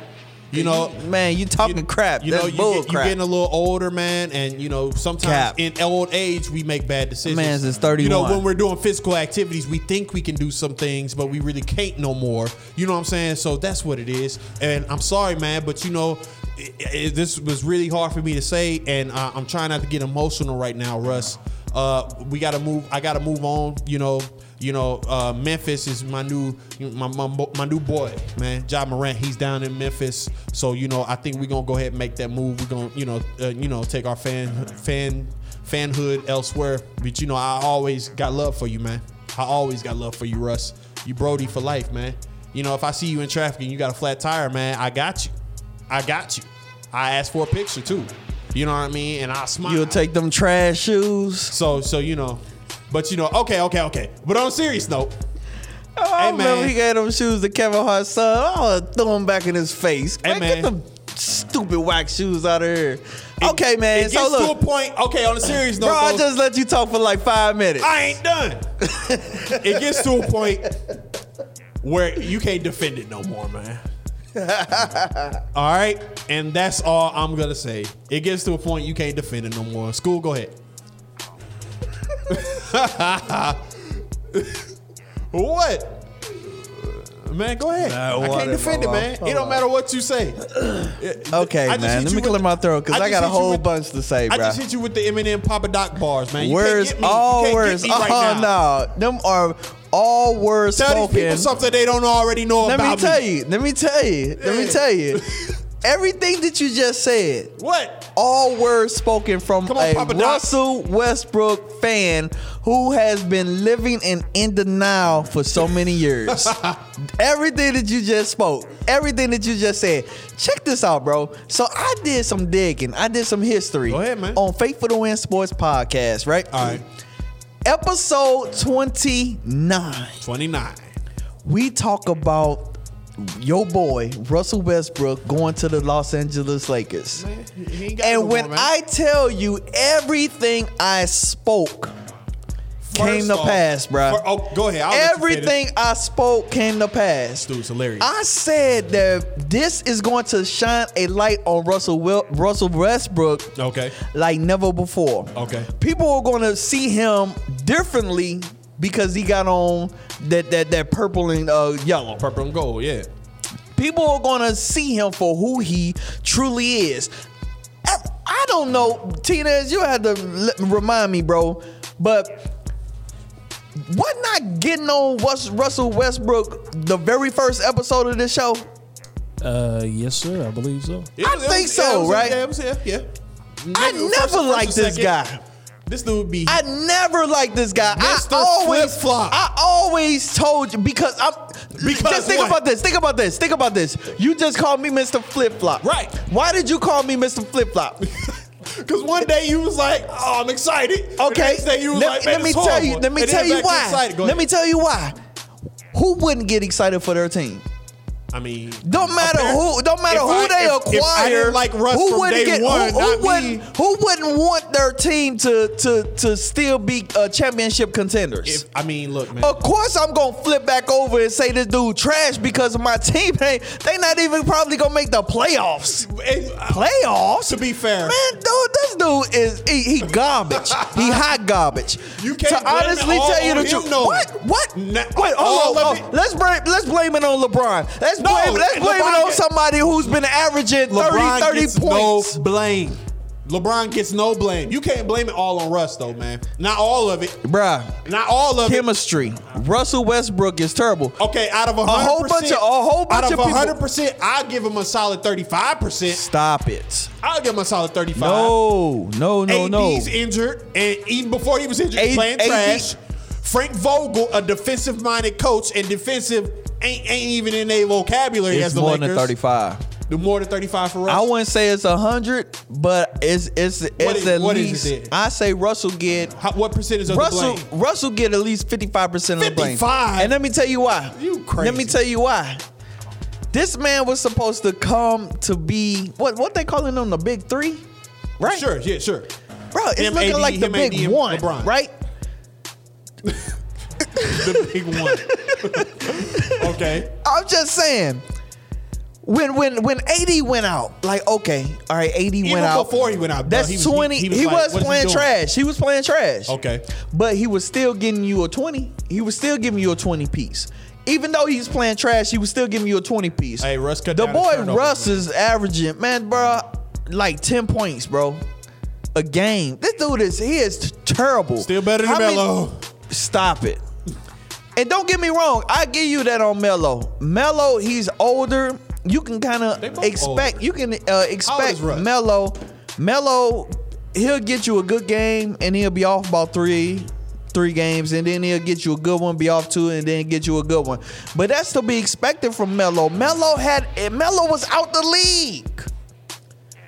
Speaker 1: You know,
Speaker 2: man, you talking crap.
Speaker 1: You
Speaker 2: That's
Speaker 1: know, you
Speaker 2: bull
Speaker 1: get, you
Speaker 2: crap.
Speaker 1: getting a little older, man, and you know sometimes
Speaker 2: Cap.
Speaker 1: in old age we make bad decisions.
Speaker 2: man's is
Speaker 1: You
Speaker 2: 31.
Speaker 1: know, when we're doing physical activities, we think we can do some things, but we really can't no more. You know what I'm saying? So that's what it is. And I'm sorry, man, but you know. i i this was really hard for me to say, and uh, I'm trying not to get emotional right now, Russ. Uh, we gotta move. I gotta move on. You know, you know, uh, Memphis is my new my, my my new boy, man. Ja Morant, he's down in Memphis, so you know I think we're gonna go ahead and make that move. We're gonna you know uh, you know take our fan fan fanhood elsewhere. But you know I always got love for you, man. I always got love for you, Russ. You Brody for life, man. You know if I see you in traffic and you got a flat tire, man, I got you. I got you. I asked for a picture too. You know what I mean? And I smile.
Speaker 2: You'll take them trash shoes.
Speaker 1: So so you know, but you know, okay, okay, okay. But on a serious note,
Speaker 2: Oh, I
Speaker 1: Hey,
Speaker 2: remember
Speaker 1: man.
Speaker 2: he gave them shoes to Kevin Hart's son. I would throw them back in his face.
Speaker 1: Hey,
Speaker 2: Man, get
Speaker 1: man.
Speaker 2: them stupid wax shoes out of here. okay, man.
Speaker 1: it
Speaker 2: So
Speaker 1: gets
Speaker 2: look,
Speaker 1: to a point. Okay, on a serious note,
Speaker 2: Bro, I
Speaker 1: though,
Speaker 2: just let you talk for like five minutes.
Speaker 1: I ain't done.
Speaker 2: <laughs>
Speaker 1: it gets to a point where you can't defend it no more,
Speaker 2: <laughs>
Speaker 1: man. all right, and that's all I'm gonna say. It gets to a point you can't defend it no more. School, go ahead. <laughs> what? man, go ahead.
Speaker 2: Nah,
Speaker 1: I
Speaker 2: water,
Speaker 1: can't defend it,
Speaker 2: my
Speaker 1: man.
Speaker 2: mouth.
Speaker 1: It don't matter what you say.
Speaker 2: Okay,
Speaker 1: I just hit you
Speaker 2: man. Let me
Speaker 1: with
Speaker 2: clear
Speaker 1: the-
Speaker 2: my throat because
Speaker 1: I
Speaker 2: I,
Speaker 1: just
Speaker 2: got a
Speaker 1: hit you
Speaker 2: whole
Speaker 1: with-
Speaker 2: bunch to say,
Speaker 1: I
Speaker 2: bro.
Speaker 1: just hit you with the Eminem Papa Doc bars, man. You
Speaker 2: words,
Speaker 1: can't get me.
Speaker 2: all
Speaker 1: you can't
Speaker 2: words.
Speaker 1: Get me right
Speaker 2: oh
Speaker 1: now.
Speaker 2: no, them are all words
Speaker 1: Tell these
Speaker 2: spoken.
Speaker 1: people something they don't already know
Speaker 2: Let
Speaker 1: about
Speaker 2: me tell you. Let me tell you. Let me
Speaker 1: Yeah. <laughs>
Speaker 2: tell you. Everything that you just said,
Speaker 1: What?
Speaker 2: all words spoken from
Speaker 1: Come on,
Speaker 2: a
Speaker 1: Papa Doc.
Speaker 2: Russell Westbrook fan who has been living in in denial for so
Speaker 1: <laughs>
Speaker 2: many years. everything that you just spoke, everything that you just said. Check this out, bro. So I did some digging. I did some history.
Speaker 1: Go ahead, man.
Speaker 2: On Faithful to Win Sports podcast, right?
Speaker 1: All right,
Speaker 2: Episode twenty nine
Speaker 1: 29.
Speaker 2: we talk about your boy Russell Westbrook going to the Los Angeles Lakers.
Speaker 1: Man, he ain't got no
Speaker 2: And
Speaker 1: more,
Speaker 2: when
Speaker 1: man.
Speaker 2: I tell you everything I spoke came
Speaker 1: First
Speaker 2: to
Speaker 1: off-
Speaker 2: pass, bruh.
Speaker 1: fir- oh, go ahead. I'll let you finish.
Speaker 2: everything I spoke came to pass.
Speaker 1: Dude's hilarious.
Speaker 2: I said that this is going to shine a light on Russell Wel- Russell Westbrook
Speaker 1: Okay.
Speaker 2: like never before.
Speaker 1: Okay.
Speaker 2: People are gonna see him differently because he got on that that that purple and uh, yellow.
Speaker 1: Purple and gold, yeah.
Speaker 2: People are gonna see him for who he truly is. I, I don't know, Tina. You had to l- remind me, bro. But what not getting on Wes- Russell Westbrook the very first episode of this show?
Speaker 4: Uh, yes, sir. I believe so.
Speaker 1: It
Speaker 2: I
Speaker 1: was- it
Speaker 2: think
Speaker 1: was-
Speaker 2: so,
Speaker 1: yeah, it was-
Speaker 2: right?
Speaker 1: Yeah, it was- yeah, yeah.
Speaker 2: I
Speaker 1: Nigga,
Speaker 2: never
Speaker 1: first- first
Speaker 2: liked
Speaker 1: or
Speaker 2: this
Speaker 1: second,
Speaker 2: guy.
Speaker 1: This dude be
Speaker 2: I never liked this guy.
Speaker 1: Mr.
Speaker 2: I always
Speaker 1: Flip-Flop.
Speaker 2: I always told you because I'm.
Speaker 1: Because
Speaker 2: just think
Speaker 1: what?
Speaker 2: about this. Think about this. Think about this. You just called me Mr. Flip Flop.
Speaker 1: Right.
Speaker 2: Why did you call me Mr. Flip Flop?
Speaker 1: Because one day you was like, "Oh, I'm excited." The
Speaker 2: Okay.
Speaker 1: next day you was
Speaker 2: let,
Speaker 1: like,
Speaker 2: let
Speaker 1: "Man,
Speaker 2: me
Speaker 1: it's
Speaker 2: tell
Speaker 1: horrible."
Speaker 2: you. Let me
Speaker 1: And then
Speaker 2: tell you
Speaker 1: back to
Speaker 2: why.
Speaker 1: excited. Go
Speaker 2: Let
Speaker 1: ahead.
Speaker 2: me tell you why. Who wouldn't get excited for their team?
Speaker 1: I mean,
Speaker 2: Don't matter who. Don't matter
Speaker 1: If
Speaker 2: who
Speaker 1: I-
Speaker 2: they
Speaker 1: if-
Speaker 2: acquire.
Speaker 1: if I didn't like Russ
Speaker 2: who
Speaker 1: from
Speaker 2: wouldn't
Speaker 1: day one,
Speaker 2: Who,
Speaker 1: not
Speaker 2: who
Speaker 1: me.
Speaker 2: wouldn't? Who wouldn't want their team to to to still be uh, championship contenders?
Speaker 1: If, I mean, look, man.
Speaker 2: Of course, I'm gonna flip back over and say this dude trash because of my <laughs> team. They they not even probably gonna make the playoffs.
Speaker 1: Hey, uh,
Speaker 2: Playoffs?
Speaker 1: To be fair.
Speaker 2: man, dude, this dude is he, he garbage.
Speaker 1: <laughs>
Speaker 2: he hot garbage.
Speaker 1: You can't
Speaker 2: to
Speaker 1: blame it
Speaker 2: honestly
Speaker 1: all
Speaker 2: tell you
Speaker 1: on
Speaker 2: the
Speaker 1: him,
Speaker 2: truth.
Speaker 1: though.
Speaker 2: What? What?
Speaker 1: Nah,
Speaker 2: Wait, hold
Speaker 1: all of
Speaker 2: on.
Speaker 1: it-
Speaker 2: Oh, let's blame let's blame it on LeBron. Let's
Speaker 1: No,
Speaker 2: blame let's blame
Speaker 1: LeBron
Speaker 2: it on
Speaker 1: get-
Speaker 2: somebody who's been averaging 30, 30
Speaker 1: gets
Speaker 2: points.
Speaker 1: no blame. LeBron gets no blame. You can't blame it all on Russ, though, man. Not all of it.
Speaker 2: Bruh.
Speaker 1: Not all of it.
Speaker 2: Chemistry. Russell Westbrook is terrible.
Speaker 1: Okay, out of a
Speaker 2: whole
Speaker 1: hundred
Speaker 2: bunch of- a whole bunch
Speaker 1: out
Speaker 2: of
Speaker 1: of
Speaker 2: people-
Speaker 1: hundred percent, I give him a solid thirty-five percent.
Speaker 2: Stop it.
Speaker 1: I'll give him a solid thirty-five.
Speaker 2: No, no, no, no.
Speaker 1: AD's injured, and even before he was injured,
Speaker 2: A-
Speaker 1: playing
Speaker 2: AD
Speaker 1: trash. Frank Vogel, a defensive-minded coach, and defensive ain't ain't even in their vocabulary
Speaker 2: It's
Speaker 1: as the
Speaker 2: more
Speaker 1: Lakers.
Speaker 2: than 35.
Speaker 1: The more than thirty-five for Russ.
Speaker 2: I wouldn't say it's 100, but it's it's it's
Speaker 1: is-
Speaker 2: at
Speaker 1: what is
Speaker 2: least
Speaker 1: it then?
Speaker 2: I say Russell get
Speaker 1: How, what percentage of
Speaker 2: Russell
Speaker 1: the blame?
Speaker 2: Russell get at least 55% of the blame.
Speaker 1: 55?
Speaker 2: And let me tell you why.
Speaker 1: You crazy.
Speaker 2: Let me tell you why. This man was supposed to come to be what what they calling them the big 3? Right?
Speaker 1: Sure, yeah, sure.
Speaker 2: Bro, it's
Speaker 1: Him,
Speaker 2: looking
Speaker 1: AD,
Speaker 2: like the
Speaker 1: him,
Speaker 2: big
Speaker 1: AD, and
Speaker 2: one,
Speaker 1: LeBron.
Speaker 2: right?
Speaker 1: The big one.
Speaker 2: <laughs>
Speaker 1: okay.
Speaker 2: I'm just saying. When when when AD went out, like okay, all right, AD
Speaker 1: Even
Speaker 2: went out.
Speaker 1: before he went out, bro,
Speaker 2: That's
Speaker 1: he was- he-
Speaker 2: 20. He,
Speaker 1: he was like,
Speaker 2: was,
Speaker 1: what is he
Speaker 2: playing
Speaker 1: doing?
Speaker 2: trash. He was playing trash.
Speaker 1: Okay.
Speaker 2: But he was still getting you a 20. He was still giving you a 20 piece. Even though he was playing trash, he was still giving you a 20 piece.
Speaker 1: Hey, Russ cut
Speaker 2: The
Speaker 1: down his
Speaker 2: boy
Speaker 1: turnovers,
Speaker 2: Russ
Speaker 1: man.
Speaker 2: is averaging, man, bro, like 10 points, bro. A game. This dude is he is terrible.
Speaker 1: Still better than
Speaker 2: How many-
Speaker 1: Melo.
Speaker 2: Stop it. And don't get me wrong, I give you that on Melo. Melo, he's older. You can kind
Speaker 1: They
Speaker 2: of
Speaker 1: both
Speaker 2: expect.
Speaker 1: older.
Speaker 2: You can uh, expect
Speaker 1: is Russ?
Speaker 2: Melo. Melo, he'll get you a good game, and he'll be off about three, three games, and then he'll get you a good one, be off two, and then get you a good one. But that's to be expected from Melo. Melo had Melo was out the league.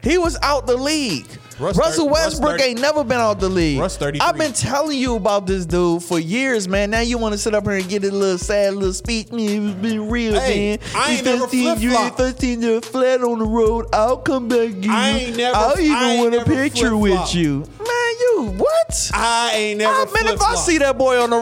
Speaker 2: He was out the league.
Speaker 1: Russ
Speaker 2: Russell
Speaker 1: thir- Russ
Speaker 2: Westbrook
Speaker 1: thir-
Speaker 2: ain't never been out the league.
Speaker 1: Russ 33.
Speaker 2: I've been telling you about this dude for years, man. Now you want to sit up here and get a little sad little speech. Man, it was being real,
Speaker 1: Hey,
Speaker 2: man.
Speaker 1: I ain't never
Speaker 2: You
Speaker 1: flip-flop.
Speaker 2: 13 year flat on the road. I'll come back. Get you.
Speaker 1: I ain't never-
Speaker 2: I'll even
Speaker 1: I ain't
Speaker 2: want a
Speaker 1: never
Speaker 2: picture
Speaker 1: flip-flop.
Speaker 2: with you, man. You what?
Speaker 1: I ain't never.
Speaker 2: I mean, if I
Speaker 1: flip-flopped.
Speaker 2: see that boy on the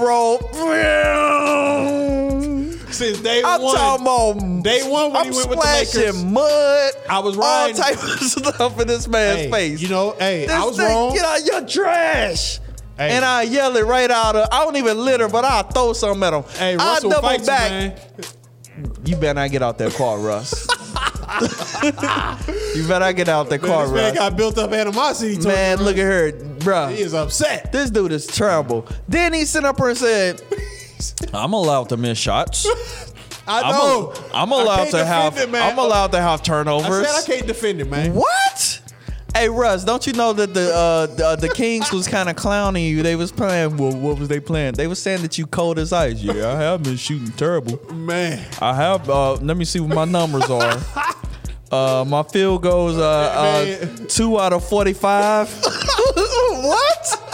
Speaker 2: road. <sniffs>
Speaker 1: since day
Speaker 2: I'm
Speaker 1: one,
Speaker 2: talking about
Speaker 1: Day one when
Speaker 2: I'm
Speaker 1: he went with the
Speaker 2: splashing
Speaker 1: Lakers.
Speaker 2: mud.
Speaker 1: I was
Speaker 2: all
Speaker 1: riding.
Speaker 2: type of <laughs> stuff in this man's
Speaker 1: Hey,
Speaker 2: face.
Speaker 1: you know, hey,
Speaker 2: this
Speaker 1: I was
Speaker 2: thing,
Speaker 1: wrong.
Speaker 2: Get out your trash.
Speaker 1: Hey.
Speaker 2: And I yell it right out of. I don't even litter, but I will throw something at him.
Speaker 1: Hey,
Speaker 2: I
Speaker 1: Russell
Speaker 2: double
Speaker 1: fights you,
Speaker 2: back.
Speaker 1: man.
Speaker 2: You better not get out that car,
Speaker 1: <laughs>
Speaker 2: Russ. you better not get out that car,
Speaker 1: this man
Speaker 2: Russ.
Speaker 1: got built up animosity. towards
Speaker 2: Man,
Speaker 1: him.
Speaker 2: look at her,
Speaker 1: he
Speaker 2: bruh.
Speaker 1: is upset.
Speaker 2: This dude is terrible. Then he sent up her and said, "I'm allowed to miss shots.
Speaker 1: I
Speaker 2: I'm,
Speaker 1: know.
Speaker 2: a, I'm allowed
Speaker 1: can't
Speaker 2: to
Speaker 1: defend
Speaker 2: have.
Speaker 1: It, man.
Speaker 2: I'm allowed to have
Speaker 1: I
Speaker 2: turnovers.
Speaker 1: said I can't defend it, man.
Speaker 2: What? Hey Russ, don't you know that the uh, the, uh, the Kings was kind of clowning you? They was playing. Well, what was they playing? They was saying that you cold as ice. Yeah, I have been shooting terrible.
Speaker 1: Man,
Speaker 2: I have. Uh, let me see what my numbers <laughs> are. Uh, my field goals uh, uh,
Speaker 1: Man.
Speaker 2: two out of forty-five. <laughs> what?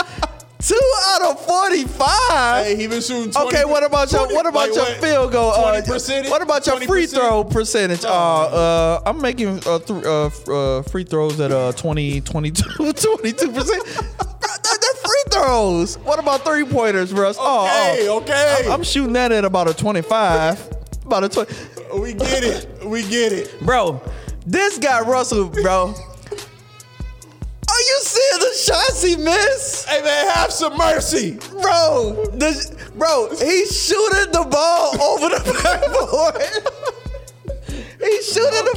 Speaker 2: Two out of forty-five.
Speaker 1: hey, he been shooting. 20,
Speaker 2: Okay, what about your what about your field goal? Uh,
Speaker 1: 20%?
Speaker 2: what about your free
Speaker 1: 20%?
Speaker 2: throw percentage? Uh,
Speaker 1: Oh,
Speaker 2: uh, I'm making uh, th- uh, f- uh, free throws at uh 20, 22 <laughs> 22 percent. They're free throws. What about three pointers, Russ?
Speaker 1: Okay,
Speaker 2: Oh, oh.
Speaker 1: okay.
Speaker 2: I'm shooting that at about a 25. About a 20.
Speaker 1: we get it. We get it.
Speaker 2: Bro, this guy Russell, bro. Are you seeing the shots he missed?
Speaker 1: Hey man, have some mercy.
Speaker 2: Bro, the, bro, he's shooting the ball over the <laughs> backboard. he's shooting
Speaker 1: Okay.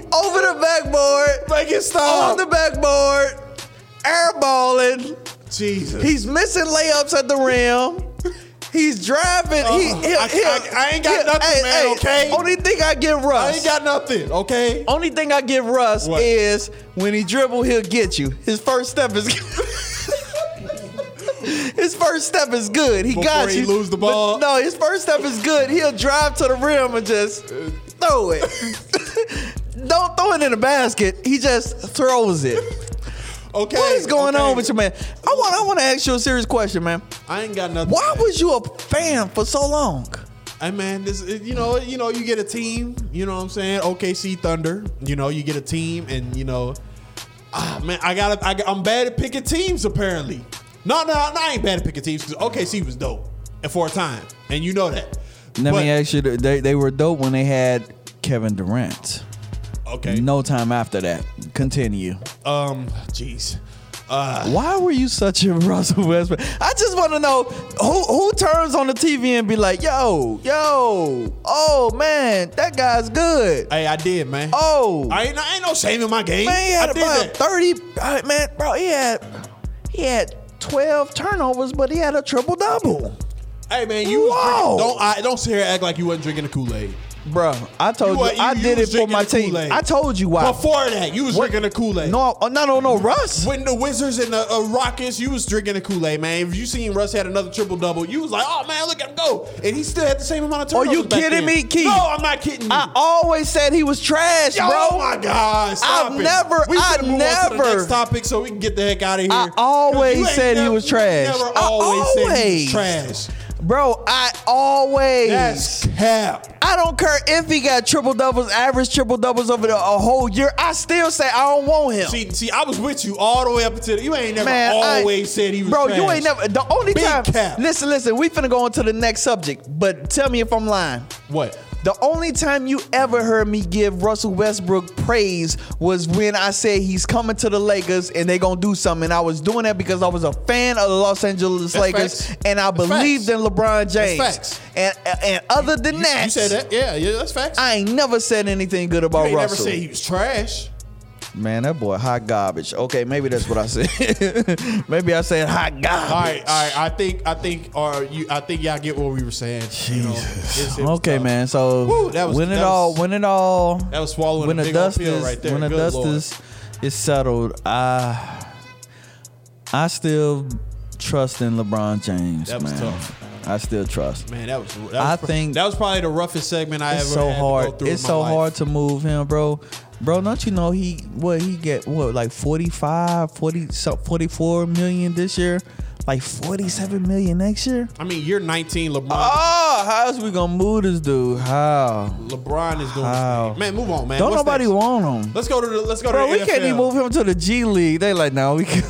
Speaker 2: the ball over the backboard,
Speaker 1: Make it
Speaker 2: on
Speaker 1: stop.
Speaker 2: Oh, the backboard, airballing.
Speaker 1: Jesus.
Speaker 2: He's missing layups at the rim. He's driving. he,
Speaker 1: Uh,
Speaker 2: he'll-
Speaker 1: I-
Speaker 2: he'll-
Speaker 1: I- I ain't got
Speaker 2: he'll-
Speaker 1: nothing, man, okay?
Speaker 2: Only thing I give Russ.
Speaker 1: I ain't got nothing. Okay.
Speaker 2: Only thing I give Russ
Speaker 1: What?
Speaker 2: is when he dribble, he'll get you. His first step is <laughs> his first step is good. He got
Speaker 1: Before he
Speaker 2: you.
Speaker 1: lose the
Speaker 2: But
Speaker 1: ball?
Speaker 2: no, his first step is good. He'll drive to the rim and just throw it. <laughs> Don't throw it in a basket. He just throws it.
Speaker 1: Okay.
Speaker 2: What is going
Speaker 1: okay.
Speaker 2: on with you, man? I want I want to ask you a serious question, man.
Speaker 1: I ain't got nothing.
Speaker 2: Why
Speaker 1: man.
Speaker 2: was you a fan for so long?
Speaker 1: Hey man, this is- you know, you know, you get a team. You know what I'm saying? OKC Thunder. You know, you get a team, and you know, ah man, I gotta, I, I'm bad at picking teams apparently. No, no, no, I ain't bad at picking teams because OKC was dope and for a time, and you know that.
Speaker 2: Let
Speaker 1: But-
Speaker 2: me ask you. They they were dope when they had Kevin Durant.
Speaker 1: Okay.
Speaker 2: No time after that. Continue.
Speaker 1: Um. Jeez. Uh.
Speaker 2: Why were you such a <laughs> Russell Westbrook? I just want to know who who turns on the TV and be like, "Yo, yo, oh man, that guy's good."
Speaker 1: Hey, I did, man.
Speaker 2: Oh,
Speaker 1: I ain't, I ain't no shame in my game.
Speaker 2: man, he had
Speaker 1: I did
Speaker 2: about
Speaker 1: that.
Speaker 2: thirty. uh, man, bro, he had he had twelve turnovers, but he had a triple double.
Speaker 1: Hey, man, you was
Speaker 2: Wow.
Speaker 1: drinking- don't I, don't sit here and act like you wasn't drinking the Kool Aid.
Speaker 2: Bro, I told
Speaker 1: You
Speaker 2: you,
Speaker 1: were- you-
Speaker 2: I
Speaker 1: you
Speaker 2: did it
Speaker 1: was
Speaker 2: for my
Speaker 1: drinking the
Speaker 2: team.
Speaker 1: Kool-Aid.
Speaker 2: I told you why.
Speaker 1: Before that, you was
Speaker 2: What?
Speaker 1: drinking the Kool Aid.
Speaker 2: no, uh, no, no, no, Russ.
Speaker 1: When the Wizards and the uh, Rockets, you was drinking the Kool Aid, man. If you seen Russ had another triple double, you was like, "Oh man, look at him go!" And he still had the same amount of
Speaker 2: Are
Speaker 1: turnovers.
Speaker 2: you
Speaker 1: back
Speaker 2: kidding
Speaker 1: then.
Speaker 2: me, Keith?
Speaker 1: No, I'm not kidding you.
Speaker 2: I always said he was trash,
Speaker 1: Yo,
Speaker 2: bro.
Speaker 1: oh my God! Stop
Speaker 2: I've
Speaker 1: it.
Speaker 2: never-
Speaker 1: We
Speaker 2: I
Speaker 1: should move on to the
Speaker 2: never-
Speaker 1: next topic so we can get the heck out of here.
Speaker 2: I
Speaker 1: 'Cause
Speaker 2: always
Speaker 1: you ain't
Speaker 2: said he
Speaker 1: never-
Speaker 2: was
Speaker 1: you
Speaker 2: trash.
Speaker 1: Never
Speaker 2: I
Speaker 1: always, said he was
Speaker 2: always.
Speaker 1: trash.
Speaker 2: Bro, I always.
Speaker 1: That's cap.
Speaker 2: I don't care if he got triple doubles, average triple doubles over the, a whole year. I still say I don't want him.
Speaker 1: See, see, I was with you all the way up until you ain't never
Speaker 2: Man, I-
Speaker 1: always said he was
Speaker 2: Bro,
Speaker 1: trash.
Speaker 2: you ain't never. The only
Speaker 1: Big
Speaker 2: time.
Speaker 1: cap.
Speaker 2: Listen, listen. We finna go on to the next subject, but tell me if I'm lying.
Speaker 1: what?
Speaker 2: The only time you ever heard me give Russell Westbrook praise was when I said he's coming to the Lakers and they gonna do something. And I was doing that because I was a fan of the Los Angeles
Speaker 1: That's
Speaker 2: Lakers
Speaker 1: facts.
Speaker 2: and I
Speaker 1: That's
Speaker 2: believed
Speaker 1: facts.
Speaker 2: in LeBron James.
Speaker 1: facts.
Speaker 2: And and other than
Speaker 1: You,
Speaker 2: that,
Speaker 1: you said that? Yeah, yeah, that's facts.
Speaker 2: I ain't never said anything good
Speaker 1: you
Speaker 2: about
Speaker 1: ain't never
Speaker 2: Russell.
Speaker 1: said he was trash.
Speaker 2: Man, that boy hot garbage. Okay, maybe that's what I said. <laughs> maybe I said hot garbage.
Speaker 1: All right, all right. I think, I think, or you, I think y'all get what we were saying. Jesus.
Speaker 2: Okay, man. So
Speaker 1: Woo, that was-
Speaker 2: when it
Speaker 1: that
Speaker 2: all,
Speaker 1: was-
Speaker 2: when it all,
Speaker 1: That was swallowing
Speaker 2: when
Speaker 1: a
Speaker 2: the
Speaker 1: big old
Speaker 2: dust
Speaker 1: pill
Speaker 2: is
Speaker 1: right there.
Speaker 2: when the
Speaker 1: Good
Speaker 2: dust
Speaker 1: Lord.
Speaker 2: is is settled, I I still trust in LeBron James.
Speaker 1: That was
Speaker 2: man.
Speaker 1: tough.
Speaker 2: I still trust.
Speaker 1: Man, that was. That was
Speaker 2: I
Speaker 1: pro-
Speaker 2: think-
Speaker 1: that was probably the roughest segment I
Speaker 2: It's
Speaker 1: ever
Speaker 2: so
Speaker 1: had To
Speaker 2: hard.
Speaker 1: go through in
Speaker 2: It's
Speaker 1: my
Speaker 2: so
Speaker 1: life.
Speaker 2: hard to move him, bro. Bro, don't you know he what he get what like 45, 40 so- 44 million this year, like 47 million next year?
Speaker 1: I mean, you're 19, LeBron.
Speaker 2: Oh, how's we going to move this dude? How?
Speaker 1: LeBron is doing.
Speaker 2: How?
Speaker 1: His thing. Man, move on, man.
Speaker 2: Don't
Speaker 1: What's
Speaker 2: nobody
Speaker 1: next?
Speaker 2: want him.
Speaker 1: Let's go to the. Let's go
Speaker 2: Bro,
Speaker 1: to
Speaker 2: we
Speaker 1: the
Speaker 2: can't
Speaker 1: NFL.
Speaker 2: even move him to the G League. They like, no, we can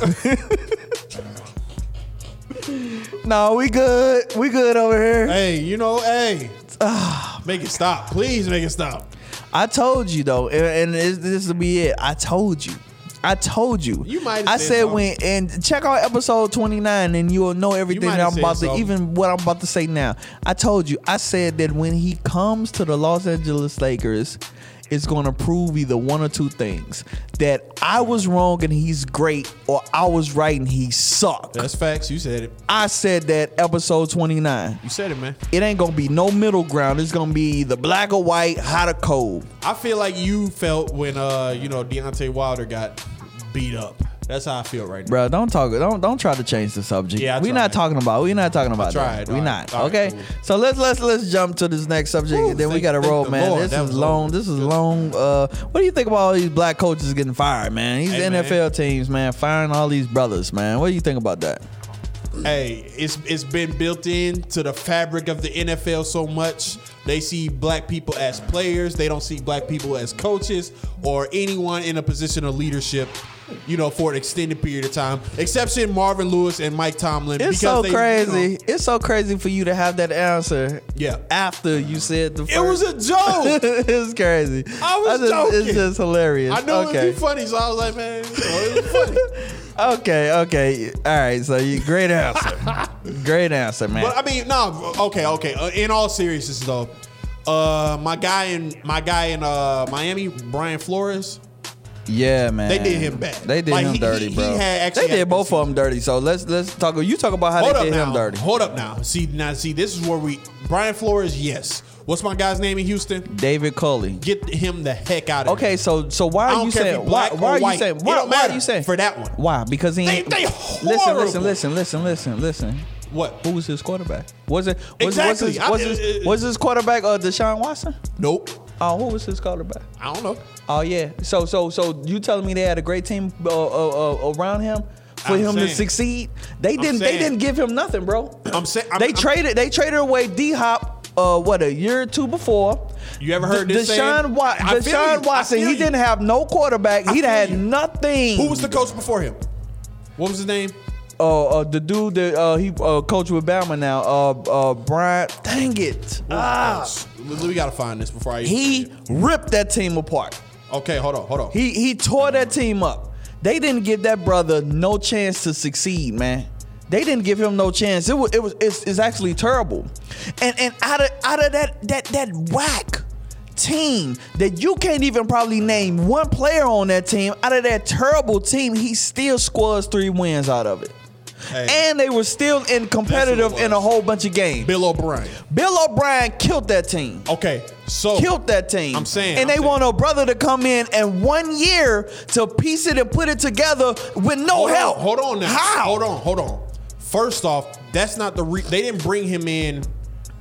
Speaker 2: No, we good. We good over here.
Speaker 1: Hey, you know, hey,
Speaker 2: Ah.
Speaker 1: make it stop,
Speaker 2: <sighs>
Speaker 1: please, make it stop.
Speaker 2: I told you though, and, and this, this will be it. I told you. I told you.
Speaker 1: You might have
Speaker 2: I
Speaker 1: said
Speaker 2: said
Speaker 1: something.
Speaker 2: when and check out episode twenty nine and you'll know everything
Speaker 1: might
Speaker 2: that
Speaker 1: have
Speaker 2: I'm about
Speaker 1: said
Speaker 2: to
Speaker 1: something.
Speaker 2: even what I'm about to say now. I told you. I said that when he comes to the Los Angeles Lakers, it's gonna prove either one or two things: that I was wrong and he's great, or I was right and he sucked.
Speaker 1: That's facts. You said it.
Speaker 2: I said that episode twenty nine.
Speaker 1: You said it, man.
Speaker 2: It ain't gonna be no middle ground. It's gonna be either black or white, hot or cold.
Speaker 1: I feel like you felt when uh you know Deontay Wilder got beat up. That's how I feel right now.
Speaker 2: Bro, don't talk. Don't don't try to change the subject.
Speaker 1: Yeah, I
Speaker 2: we're not
Speaker 1: tried.
Speaker 2: talking about. We're not talking about.
Speaker 1: tried.
Speaker 2: That. We're
Speaker 1: All right.
Speaker 2: not.
Speaker 1: All right,
Speaker 2: okay.
Speaker 1: cool.
Speaker 2: So let's let's let's jump to this next subject.
Speaker 1: Whew,
Speaker 2: and then we
Speaker 1: thank-
Speaker 2: got to
Speaker 1: thank
Speaker 2: roll,
Speaker 1: the
Speaker 2: man.
Speaker 1: Lord,
Speaker 2: This
Speaker 1: that
Speaker 2: is
Speaker 1: was
Speaker 2: long.
Speaker 1: long.
Speaker 2: This is long. Uh, what do you think about all these black coaches getting fired, man? These
Speaker 1: Hey, man.
Speaker 2: NFL teams, man, firing all these brothers, man. What do you think about that?
Speaker 1: Hey, it's it's been built in to the fabric of the NFL so much. They see black people as players. They don't see black people as coaches or anyone in a position of leadership. You know, for an extended period of time, exception Marvin Lewis and Mike Tomlin.
Speaker 2: It's so crazy. it's so crazy for you to have that answer.
Speaker 1: Yeah.
Speaker 2: After you said the first. <laughs>
Speaker 1: you know, it was a joke.
Speaker 2: it's crazy.
Speaker 1: I was
Speaker 2: just, It's
Speaker 1: joking.
Speaker 2: just hilarious.
Speaker 1: I knew
Speaker 2: okay.
Speaker 1: it would be funny, so I was like, man, <laughs> you know, it was funny.
Speaker 2: Okay, okay. All right, so you great answer.
Speaker 1: <laughs>
Speaker 2: great answer, man.
Speaker 1: But I mean, no. Okay, okay. Uh, in all seriousness, though, uh, my guy in my guy in uh, Miami, Brian Flores.
Speaker 2: yeah, man.
Speaker 1: They did him bad.
Speaker 2: They did
Speaker 1: Like,
Speaker 2: him
Speaker 1: he-
Speaker 2: dirty,
Speaker 1: he- he
Speaker 2: bro.
Speaker 1: had actually
Speaker 2: they
Speaker 1: had
Speaker 2: did
Speaker 1: a
Speaker 2: both
Speaker 1: good
Speaker 2: of them dirty. So let's let's talk you talk about how
Speaker 1: Hold
Speaker 2: they
Speaker 1: up
Speaker 2: did
Speaker 1: now.
Speaker 2: him dirty.
Speaker 1: Hold up now. See now. See, this is where we Brian Flores. Yes. What's my guy's name in Houston?
Speaker 2: David Culley.
Speaker 1: Get him the heck out of here.
Speaker 2: Okay, so so
Speaker 1: I
Speaker 2: why are
Speaker 1: don't
Speaker 2: you
Speaker 1: care if
Speaker 2: saying
Speaker 1: he black
Speaker 2: why,
Speaker 1: or
Speaker 2: why are you
Speaker 1: white.
Speaker 2: saying
Speaker 1: It
Speaker 2: why,
Speaker 1: don't
Speaker 2: why are
Speaker 1: matter
Speaker 2: you saying
Speaker 1: for that one.
Speaker 2: Why? Because he
Speaker 1: They-
Speaker 2: ain't-
Speaker 1: they
Speaker 2: listen,
Speaker 1: horrible.
Speaker 2: listen, listen, listen, listen, listen.
Speaker 1: What?
Speaker 2: Who was his quarterback? Was it was,
Speaker 1: Exactly.
Speaker 2: was, his,
Speaker 1: I-
Speaker 2: was, his,
Speaker 1: it- it-
Speaker 2: was his quarterback uh, Deshaun Watson?
Speaker 1: Nope.
Speaker 2: Oh, who was his quarterback?
Speaker 1: I don't know.
Speaker 2: Oh yeah. So so so you telling me they had a great team uh, uh, uh, around him for
Speaker 1: I'm
Speaker 2: him to
Speaker 1: saying.
Speaker 2: succeed? They didn't. They
Speaker 1: saying.
Speaker 2: didn't give him nothing, bro.
Speaker 1: I'm saying
Speaker 2: they
Speaker 1: I'm,
Speaker 2: traded. They traded away D Hop. Uh, what a year or two before.
Speaker 1: You ever heard
Speaker 2: D-
Speaker 1: this
Speaker 2: Deshaun,
Speaker 1: saying?
Speaker 2: Wa-
Speaker 1: I feel you. I
Speaker 2: Deshaun Watson.
Speaker 1: feel
Speaker 2: He
Speaker 1: you.
Speaker 2: didn't have no quarterback.
Speaker 1: I
Speaker 2: He'd
Speaker 1: feel
Speaker 2: had
Speaker 1: you.
Speaker 2: nothing.
Speaker 1: Who was the coach before him? What was his name?
Speaker 2: Uh, uh, the dude that uh, he uh, coached with Bama now. Uh, uh, Brian. Dang it. Ah,
Speaker 1: We gotta find this before I.
Speaker 2: he ripped that team apart.
Speaker 1: Okay, hold on, hold on.
Speaker 2: He he tore that team up. They didn't give that brother no chance to succeed, man. They didn't give him no chance. It was it was it's, it's actually terrible. And and out of out of that that that whack team that you can't even probably name one player on that team out of that terrible team, he still scores three wins out of it.
Speaker 1: Hey.
Speaker 2: And they were still in competitive in a
Speaker 1: was.
Speaker 2: whole bunch of games.
Speaker 1: Bill O'Brien.
Speaker 2: Bill O'Brien killed that team
Speaker 1: Okay, so
Speaker 2: killed that team.
Speaker 1: Oh, I'm saying,
Speaker 2: and
Speaker 1: I'm
Speaker 2: they
Speaker 1: saying.
Speaker 2: want a brother to come in and one year to piece it and put it together with no
Speaker 1: hold
Speaker 2: help.
Speaker 1: On, hold on now.
Speaker 2: Oh, How?
Speaker 1: Hold on, hold on. First off, that's not the re- they didn't bring him in.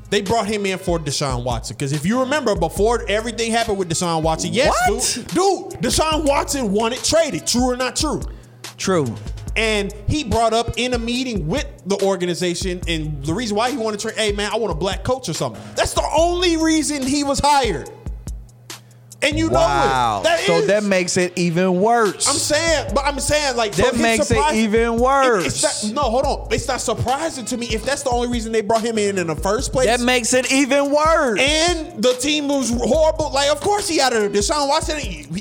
Speaker 1: They brought him in for Deshaun Watson because if you remember, before everything happened with Deshaun Watson, yes,
Speaker 2: What?
Speaker 1: dude, dude, Deshaun Watson wanted traded. True or not true?
Speaker 2: True.
Speaker 1: And he brought up in a meeting with the organization, and the reason why he wanted to trade, hey man, I want a black coach or something. That's the only reason he was hired. And you know
Speaker 2: Wow.
Speaker 1: it. That
Speaker 2: so
Speaker 1: is-
Speaker 2: that makes it even worse.
Speaker 1: I'm saying, but I'm saying like
Speaker 2: That
Speaker 1: so it's
Speaker 2: makes it
Speaker 1: surprising-
Speaker 2: even
Speaker 1: It- it's
Speaker 2: worse.
Speaker 1: not- no, hold on. It's not surprising to me if that's the only reason they brought him in in the first place.
Speaker 2: that makes it even worse.
Speaker 1: and the team was horrible. Like, of course he out of there. Deshaun Watson,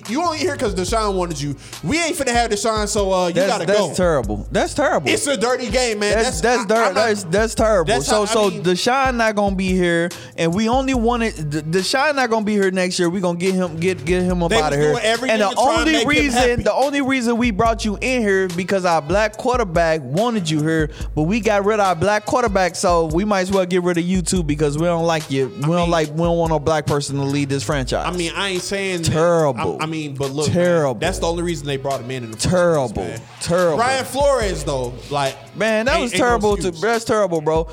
Speaker 1: you only here because Deshaun wanted you. We ain't finna have Deshaun, so uh, you
Speaker 2: that's
Speaker 1: gotta
Speaker 2: that's
Speaker 1: go.
Speaker 2: terrible. That's terrible.
Speaker 1: It's a dirty game, man.
Speaker 2: that's that's,
Speaker 1: I-
Speaker 2: dir-
Speaker 1: I'm not-
Speaker 2: that's that's terrible.
Speaker 1: That's
Speaker 2: so
Speaker 1: how- I
Speaker 2: so
Speaker 1: mean-
Speaker 2: Deshaun not gonna be here, and we only wanted D- Deshaun not gonna be here next year. We gonna get him get get him up
Speaker 1: They
Speaker 2: out of
Speaker 1: was
Speaker 2: here.
Speaker 1: doing everything
Speaker 2: And the
Speaker 1: to try and
Speaker 2: only
Speaker 1: make him
Speaker 2: reason
Speaker 1: happy.
Speaker 2: the only reason we brought you in here because our black quarterback wanted you here, but we got rid of our black quarterback, so we might as well get rid of you too because we don't like you. We don't
Speaker 1: mean-
Speaker 2: like we don't want no black person to lead this franchise.
Speaker 1: I mean, I ain't saying that-
Speaker 2: Terrible.
Speaker 1: I, I mean, but look,
Speaker 2: Terrible.
Speaker 1: Man, that's the only reason they brought him in in the first
Speaker 2: Terrible.
Speaker 1: Place, man.
Speaker 2: Terrible.
Speaker 1: Brian Flores though, like
Speaker 2: Man, that
Speaker 1: ain't-
Speaker 2: was
Speaker 1: ain't no
Speaker 2: terrible. to,
Speaker 1: excuse.
Speaker 2: that's terrible, bro.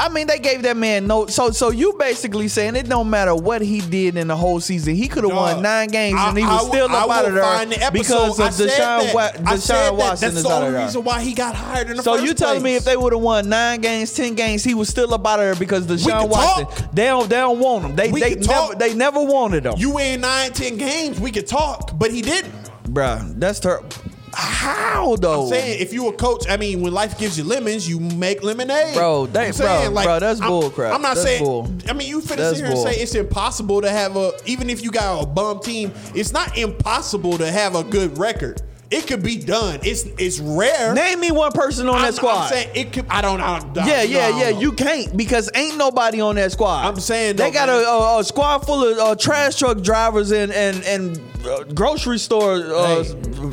Speaker 2: I mean, they gave that man no. So, so you basically saying it don't matter what he did in the whole season. He could have won
Speaker 1: Dog,
Speaker 2: nine games and he
Speaker 1: I-
Speaker 2: was
Speaker 1: I-
Speaker 2: still
Speaker 1: I
Speaker 2: up out
Speaker 1: will
Speaker 2: of there
Speaker 1: find the episode.
Speaker 2: because of
Speaker 1: I said
Speaker 2: Deshaun,
Speaker 1: that.
Speaker 2: Wa-
Speaker 1: I said
Speaker 2: Deshaun
Speaker 1: that.
Speaker 2: Watson
Speaker 1: That's
Speaker 2: is
Speaker 1: the
Speaker 2: out of
Speaker 1: only
Speaker 2: there.
Speaker 1: reason why he got hired in the
Speaker 2: So
Speaker 1: first
Speaker 2: you telling me
Speaker 1: place.
Speaker 2: if they would have won nine games, ten games, he was still up out of there because Deshaun
Speaker 1: could
Speaker 2: Watson.
Speaker 1: talk.
Speaker 2: They don't, they don't want him. They
Speaker 1: We
Speaker 2: they
Speaker 1: could
Speaker 2: never
Speaker 1: talk.
Speaker 2: they never wanted him,
Speaker 1: you win nine, ten games, we could talk, but he didn't.
Speaker 2: Bruh, That's terrible. How though?
Speaker 1: Saying if you a coach, I mean, when life gives you lemons, you make lemonade,
Speaker 2: Bro, that-
Speaker 1: I'm
Speaker 2: bro, bro, that's
Speaker 1: I'm-
Speaker 2: bull crap.
Speaker 1: I'm not
Speaker 2: That's
Speaker 1: saying.
Speaker 2: bull.
Speaker 1: I mean, you finna
Speaker 2: That's
Speaker 1: sit here
Speaker 2: bull.
Speaker 1: and say it's impossible to have a even if you got a bum team, it's not impossible to have a good record. It could be done. It's it's rare.
Speaker 2: Name me one person on
Speaker 1: I'm,
Speaker 2: that squad.
Speaker 1: I'm saying it could. I don't. I don't
Speaker 2: yeah,
Speaker 1: I don't
Speaker 2: yeah,
Speaker 1: know.
Speaker 2: yeah. You can't because ain't nobody on that squad.
Speaker 1: I'm saying
Speaker 2: they
Speaker 1: though,
Speaker 2: got a,
Speaker 1: man.
Speaker 2: a, a squad full of uh, trash truck drivers and and and uh, grocery store uh,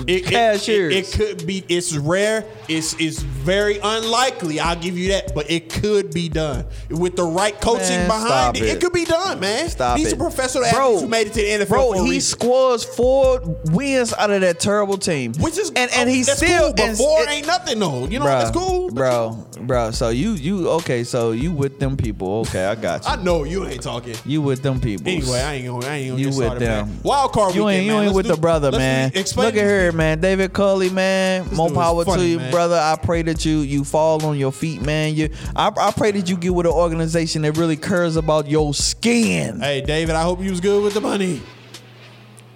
Speaker 1: Hey,
Speaker 2: cashiers.
Speaker 1: It, it could be. It's rare. It's it's very unlikely. I'll give you that. But it could be done with the right coaching
Speaker 2: Man, stop
Speaker 1: behind it, it.
Speaker 2: it.
Speaker 1: could be done, man.
Speaker 2: Stop
Speaker 1: He's
Speaker 2: it.
Speaker 1: a professional
Speaker 2: Bro,
Speaker 1: athlete who made it to the NFL. for
Speaker 2: Bro,
Speaker 1: a
Speaker 2: he
Speaker 1: reason.
Speaker 2: scores four wins out of that terrible team,
Speaker 1: which is oh, uh,
Speaker 2: and and he's
Speaker 1: that's
Speaker 2: still
Speaker 1: cool, but
Speaker 2: and-
Speaker 1: four
Speaker 2: it-
Speaker 1: ain't nothing though. You know
Speaker 2: Bruh,
Speaker 1: that's cool, but
Speaker 2: bro, bro. So you you okay? So you with them people? Okay, I got you.
Speaker 1: I know you ain't talking.
Speaker 2: you with them people?
Speaker 1: Anyway, I ain't gonna. I ain't gonna
Speaker 2: You
Speaker 1: get
Speaker 2: with
Speaker 1: started, man.
Speaker 2: them.
Speaker 1: Wild card
Speaker 2: You
Speaker 1: weekend,
Speaker 2: ain't, you
Speaker 1: man.
Speaker 2: ain't
Speaker 1: Let's
Speaker 2: with
Speaker 1: do-
Speaker 2: the brother,
Speaker 1: let's
Speaker 2: man.
Speaker 1: do- explain
Speaker 2: Look at
Speaker 1: this
Speaker 2: here,
Speaker 1: thing.
Speaker 2: man. David Culley, man. More
Speaker 1: dude is
Speaker 2: power
Speaker 1: funny,
Speaker 2: to you,
Speaker 1: man.
Speaker 2: brother. I pray that you you fall on your feet, man. You, I, I pray that you get with an organization that really cares about your skin.
Speaker 1: Hey, David, I hope you was good with the money.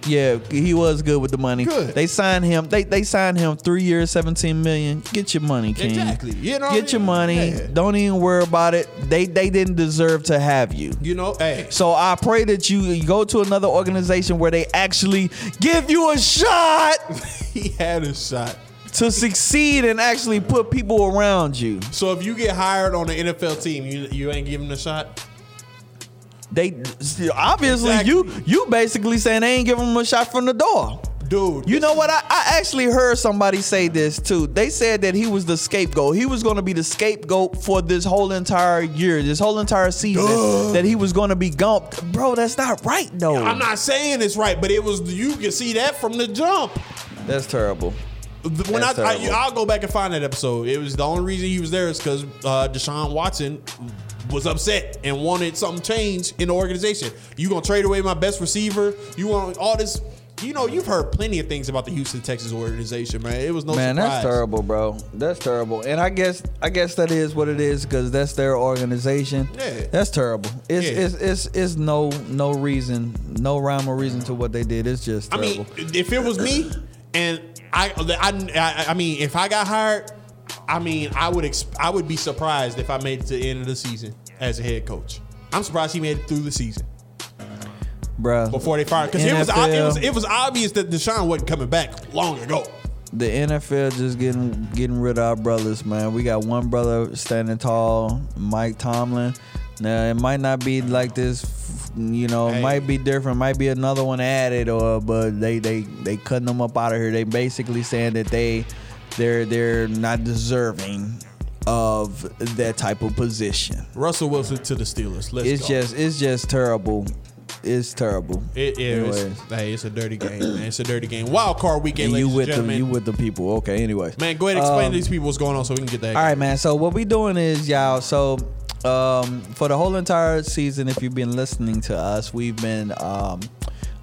Speaker 2: Yeah, he was good with the money.
Speaker 1: Good.
Speaker 2: They signed him. They they signed him three years, seventeen million. Get your money, King.
Speaker 1: Exactly. You know what I
Speaker 2: Get your
Speaker 1: mean?
Speaker 2: money.
Speaker 1: Yeah.
Speaker 2: Don't even worry about it. They they didn't deserve to have you.
Speaker 1: You know, hey,
Speaker 2: So I pray that you go to another organization where they actually give you a shot
Speaker 1: <laughs> he had a shot.
Speaker 2: to succeed and actually put people around you.
Speaker 1: So if you get hired on the NFL team, you you ain't giving a shot.
Speaker 2: They obviously you
Speaker 1: Exactly.
Speaker 2: you basically saying they ain't giving them a shot from the door.
Speaker 1: Dude,
Speaker 2: You know what? I, I actually heard somebody say this too. They said that he was the scapegoat. He was going to be the scapegoat for this whole entire year, this whole entire season, that he was going to be gumped. Bro, that's not right, though.
Speaker 1: I'm not saying it's right, but it was you can see that from the jump.
Speaker 2: That's terrible.
Speaker 1: The- When I,
Speaker 2: That's
Speaker 1: I
Speaker 2: terrible.
Speaker 1: I'll go back and find that episode. It was the only reason he was there is because uh, Deshaun Watson was upset and wanted something changed in the organization. You gonna trade away my best receiver? You want all this? You know, you've heard plenty of things about the Houston Texas organization, man. It was no
Speaker 2: Man,
Speaker 1: surprise.
Speaker 2: that's terrible, bro. That's terrible. And I guess I guess that is what it is because that's their organization.
Speaker 1: Yeah.
Speaker 2: That's terrible. It's,
Speaker 1: Yeah.
Speaker 2: it's it's it's no no reason, no rhyme or reason to what they did. It's just
Speaker 1: I
Speaker 2: terrible.
Speaker 1: mean, if it was me, and I, I, I, I mean, if I got hired, I mean, I would, exp- I would be surprised if I made it to the end of the season as a head coach. I'm surprised he made it through the season
Speaker 2: Bruh.
Speaker 1: before they fired because it was, ob- it
Speaker 2: NFL.
Speaker 1: was, it was obvious that Deshaun wasn't coming back long ago.
Speaker 2: the NFL just getting getting rid of our brothers, man. We got one brother standing tall, Mike Tomlin. Now it might not be like this, f- you know.
Speaker 1: Hey.
Speaker 2: It might be different. Might be another one added, or but they they they cutting them up out of here. They basically saying that they they're they're not deserving of that type of position.
Speaker 1: Russell Wilson to the Steelers. Let's
Speaker 2: It's
Speaker 1: go.
Speaker 2: just it's just terrible. It's terrible.
Speaker 1: It, yeah,
Speaker 2: Anyways.
Speaker 1: it's, hey, it's a dirty game, man. It's a dirty game. Wild card weekend,
Speaker 2: And you
Speaker 1: ladies
Speaker 2: with
Speaker 1: and
Speaker 2: the
Speaker 1: gentlemen.
Speaker 2: you with the people. Okay. Anyways,
Speaker 1: man, go ahead and explain
Speaker 2: Um,
Speaker 1: to these people what's going on so we can get that.
Speaker 2: All right, man. So what we doing is y'all. So um, for the whole entire season, if you've been listening to us, we've been, um,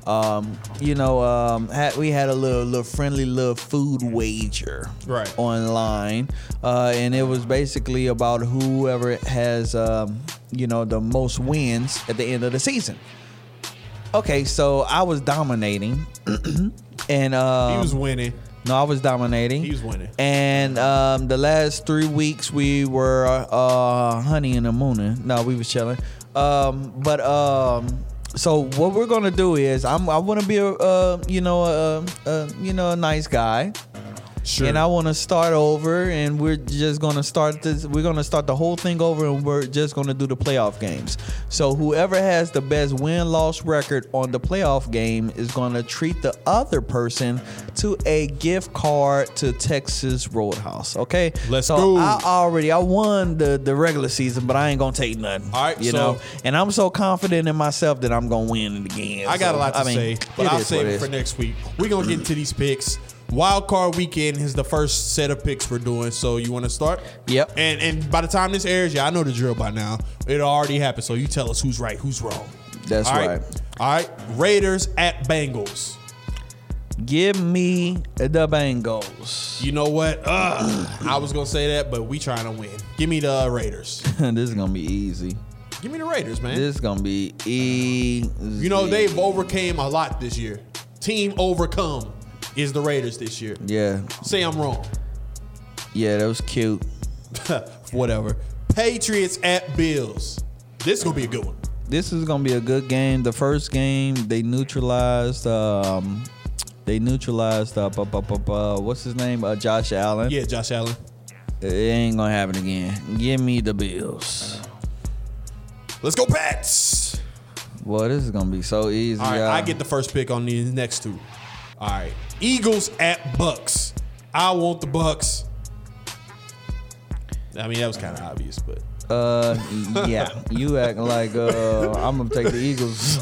Speaker 2: um, you know, um, had, we had a little, little friendly little food wager
Speaker 1: Right.
Speaker 2: online, uh, and it was basically about whoever has, um, you know, the most wins at the end of the season. Okay, so I was dominating, <clears throat> and um,
Speaker 1: He was winning.
Speaker 2: no, I was dominating.
Speaker 1: He was winning.
Speaker 2: And um, the last three weeks we were uh, honey and the mooning. No, we was chilling. Um, but um, so what we're gonna do is I'm, I want to be a uh, you know a, a you know a nice guy.
Speaker 1: Sure.
Speaker 2: And I want to start over, and we're just gonna start this. We're gonna start the whole thing over, and we're just gonna do the playoff games. So whoever has the best win loss record on the playoff game is gonna treat the other person to a gift card to Texas Roadhouse. Okay,
Speaker 1: Let's
Speaker 2: so
Speaker 1: go.
Speaker 2: I already I won the the regular season, but I ain't gonna take nothing.
Speaker 1: All right,
Speaker 2: you
Speaker 1: so-
Speaker 2: know, and I'm so confident in myself that I'm gonna win it again.
Speaker 1: I got a
Speaker 2: So,
Speaker 1: lot to
Speaker 2: I mean,
Speaker 1: say, but
Speaker 2: it
Speaker 1: I'll
Speaker 2: is
Speaker 1: save
Speaker 2: what
Speaker 1: it,
Speaker 2: is.
Speaker 1: for next week. We're gonna get into these picks. Wild card weekend is the first set of picks we're doing. So you want to start?
Speaker 2: Yep.
Speaker 1: And and by the time this airs, yeah, I know the drill by now. It already happened. So you tell us who's right, who's wrong.
Speaker 2: That's
Speaker 1: All
Speaker 2: right.
Speaker 1: All right. Raiders at Bengals.
Speaker 2: Give me the Bengals.
Speaker 1: You know what? Ugh, I was gonna say that, but we trying to win. Give me the Raiders.
Speaker 2: <laughs> this is gonna be easy.
Speaker 1: Give me the Raiders, man.
Speaker 2: This is gonna be easy.
Speaker 1: you know they've overcame a lot this year. Team overcome is the Raiders this year.
Speaker 2: yeah,
Speaker 1: Say I'm wrong.
Speaker 2: yeah, that was cute.
Speaker 1: <laughs> whatever. Patriots at Bills. This gonna be a good one.
Speaker 2: This is gonna be a good game. The first game they neutralized um, They neutralized uh, bu- bu- bu- bu- what's his name? Uh, Josh Allen.
Speaker 1: Yeah, Josh Allen.
Speaker 2: It ain't gonna happen again. Give me the Bills.
Speaker 1: Let's go, Pats.
Speaker 2: Well, this is gonna be so easy.
Speaker 1: All right,
Speaker 2: y'all.
Speaker 1: I get the first pick on these next two. All right, Eagles at Bucks. I want the Bucks. I mean, that was kind of obvious, but
Speaker 2: Uh, yeah, you acting like uh, I'm gonna take the Eagles.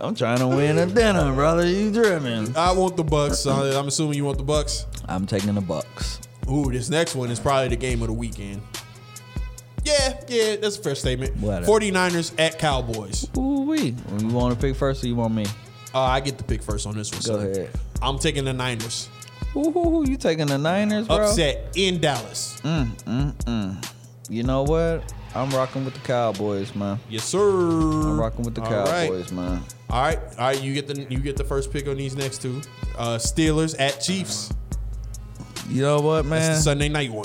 Speaker 2: <laughs> I'm trying to win a dinner, brother. You driven?
Speaker 1: I want the Bucks. So I'm assuming you want the Bucks.
Speaker 2: I'm taking the Bucks.
Speaker 1: Ooh, this next one is probably the game of the weekend. Yeah, yeah, that's a fair statement.
Speaker 2: Whatever.
Speaker 1: 49ers at Cowboys.
Speaker 2: Ooh wee. You want to pick first, or you want me?
Speaker 1: Uh, I get the pick first on this one.
Speaker 2: Go
Speaker 1: so
Speaker 2: ahead.
Speaker 1: I'm taking the Niners.
Speaker 2: Ooh, hoo, hoo, you taking the Niners, bro? Mm.
Speaker 1: Upset in Dallas.
Speaker 2: You know what? I'm rocking with the Cowboys, man.
Speaker 1: Yes, sir. I'm
Speaker 2: I'm rocking with the Cowboys, man.
Speaker 1: All right, all right. You get the you get the first pick on these next two. Uh, Steelers at Chiefs.
Speaker 2: You know
Speaker 1: That's
Speaker 2: what, Uh, man?
Speaker 1: the Sunday night one.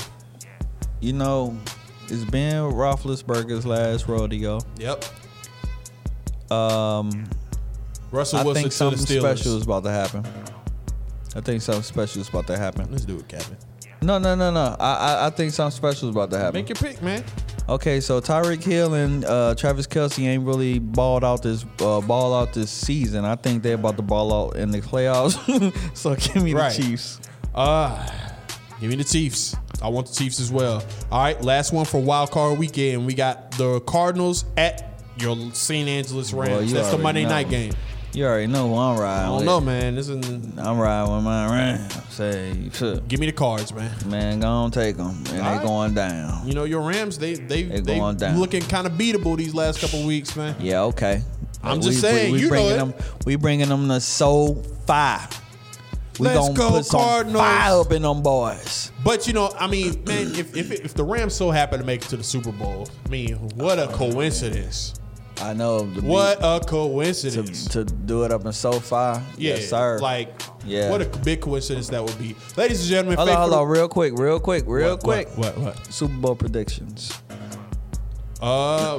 Speaker 2: you know, it's been Roethlisberger's last rodeo.
Speaker 1: Yep.
Speaker 2: Um,
Speaker 1: Russell
Speaker 2: I
Speaker 1: Wilson to
Speaker 2: think
Speaker 1: the
Speaker 2: something
Speaker 1: Steelers.
Speaker 2: special is about to happen. I think something special is about to happen.
Speaker 1: Let's do it, Kevin.
Speaker 2: No, no, no, no. I, I, I think something special is about to happen.
Speaker 1: Make your pick, man.
Speaker 2: Okay, so Tyreek Hill and uh, Travis Kelsey ain't really balled out this uh, ball out this season. I think they're about to ball out in the playoffs. <laughs> so give me
Speaker 1: Right.
Speaker 2: the Chiefs.
Speaker 1: Ah, give me the Chiefs. I want the Chiefs as well. All right, last one for Wild Card Weekend. We got the Cardinals at your St. Angeles Rams.
Speaker 2: you
Speaker 1: That's the
Speaker 2: already
Speaker 1: Monday
Speaker 2: know.
Speaker 1: night game.
Speaker 2: You already know who I'm riding.
Speaker 1: I don't
Speaker 2: with.
Speaker 1: know, man. This is
Speaker 2: I'm riding with my Rams. Say, phew.
Speaker 1: give me the cards, man.
Speaker 2: man, go on take them, and they
Speaker 1: Alright.
Speaker 2: going down.
Speaker 1: You know your Rams. They they
Speaker 2: They
Speaker 1: they
Speaker 2: going down.
Speaker 1: looking kind of beatable these last couple weeks, man.
Speaker 2: Yeah, okay.
Speaker 1: I'm
Speaker 2: But
Speaker 1: just saying, you know
Speaker 2: bringing
Speaker 1: it.
Speaker 2: them, we bringing them to Soul Five. We
Speaker 1: Let's
Speaker 2: gonna
Speaker 1: go,
Speaker 2: put some
Speaker 1: Cardinals.
Speaker 2: fire up in them boys.
Speaker 1: But you know, I mean, man, if if, if the Rams so happen to make it to the Super Bowl, I mean, what a coincidence!
Speaker 2: I know. To be-
Speaker 1: What a
Speaker 2: to,
Speaker 1: coincidence!
Speaker 2: to do it up in SoFi?
Speaker 1: yeah,
Speaker 2: Yes, sir.
Speaker 1: Like,
Speaker 2: Yeah.
Speaker 1: what a big coincidence that would be, ladies and gentlemen.
Speaker 2: hello,
Speaker 1: faithful-
Speaker 2: hello, real quick, real quick, real
Speaker 1: What,
Speaker 2: quick.
Speaker 1: What? What? what?
Speaker 2: Super Bowl predictions.
Speaker 1: Uh,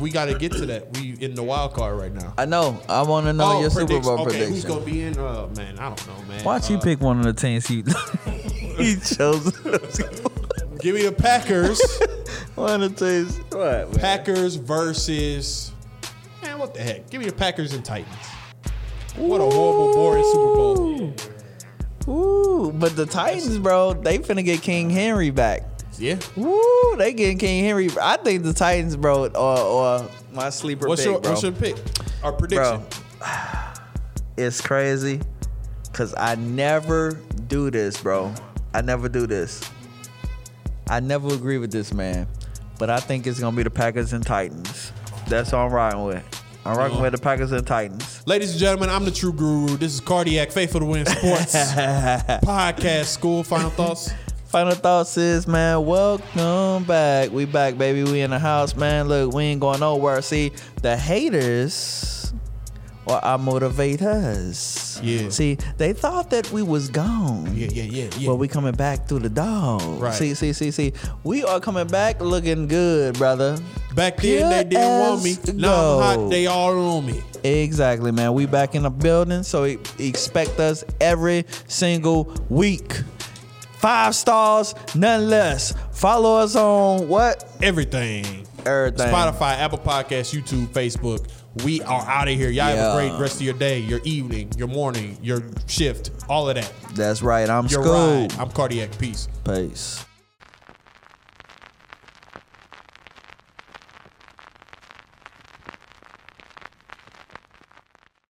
Speaker 1: we got to get to that. We in the wild card right now.
Speaker 2: I know. I want to know your Super
Speaker 1: Oh, predict-
Speaker 2: Bowl
Speaker 1: okay,
Speaker 2: prediction.
Speaker 1: who's gonna be in? Uh, man, I don't know, man.
Speaker 2: Why'd you
Speaker 1: Uh,
Speaker 2: pick one of the teams you <laughs> he chose? <laughs>
Speaker 1: Give me the Packers.
Speaker 2: one of the teams. What? man?
Speaker 1: Packers versus. Man, what the heck? Give me the Packers and Titans. What a horrible, boring Super Bowl.
Speaker 2: Ooh, but the Titans, bro, they finna get King Henry back.
Speaker 1: Yeah.
Speaker 2: Woo, they getting King Henry. I think the Titans, bro, or, or my sleeper
Speaker 1: What's
Speaker 2: pick,
Speaker 1: your
Speaker 2: bro.
Speaker 1: What's your pick? Our prediction.
Speaker 2: bro. <sighs> It's crazy because I never do this, bro. I never do this. I never agree with this man, but I think it's gonna be the Packers and Titans. That's what I'm riding with. I'm rocking with the Packers and Titans.
Speaker 1: Ladies and gentlemen, I'm the true guru. This is Cardiac Faithful to Win
Speaker 2: <laughs>
Speaker 1: Sports Podcast School. Final thoughts.
Speaker 2: Final thoughts is, man, welcome back. We back, baby. We in the house, man. Look, we ain't going nowhere. See, the haters are our motivators.
Speaker 1: Yeah.
Speaker 2: See, they thought that we was gone.
Speaker 1: Yeah, yeah, yeah, yeah.
Speaker 2: But we coming back through the dog.
Speaker 1: Right.
Speaker 2: See, see, see, see. We are coming back looking good, brother.
Speaker 1: Back then they
Speaker 2: Pure
Speaker 1: didn't want me.
Speaker 2: as
Speaker 1: Now I'm hot.
Speaker 2: gold.
Speaker 1: They all on me.
Speaker 2: Exactly, man. We back in the building, so e- expect us every single week. Five stars, none less. Follow us on what?
Speaker 1: Everything.
Speaker 2: Everything.
Speaker 1: Spotify, Apple Podcasts, YouTube, Facebook. We are out of here. Y'all have a
Speaker 2: Yeah.
Speaker 1: great rest of your day, your evening, your morning, your shift, all of that.
Speaker 2: That's right. I'm
Speaker 1: Your
Speaker 2: school.
Speaker 1: ride. I'm Cardiac. Peace.
Speaker 2: Peace.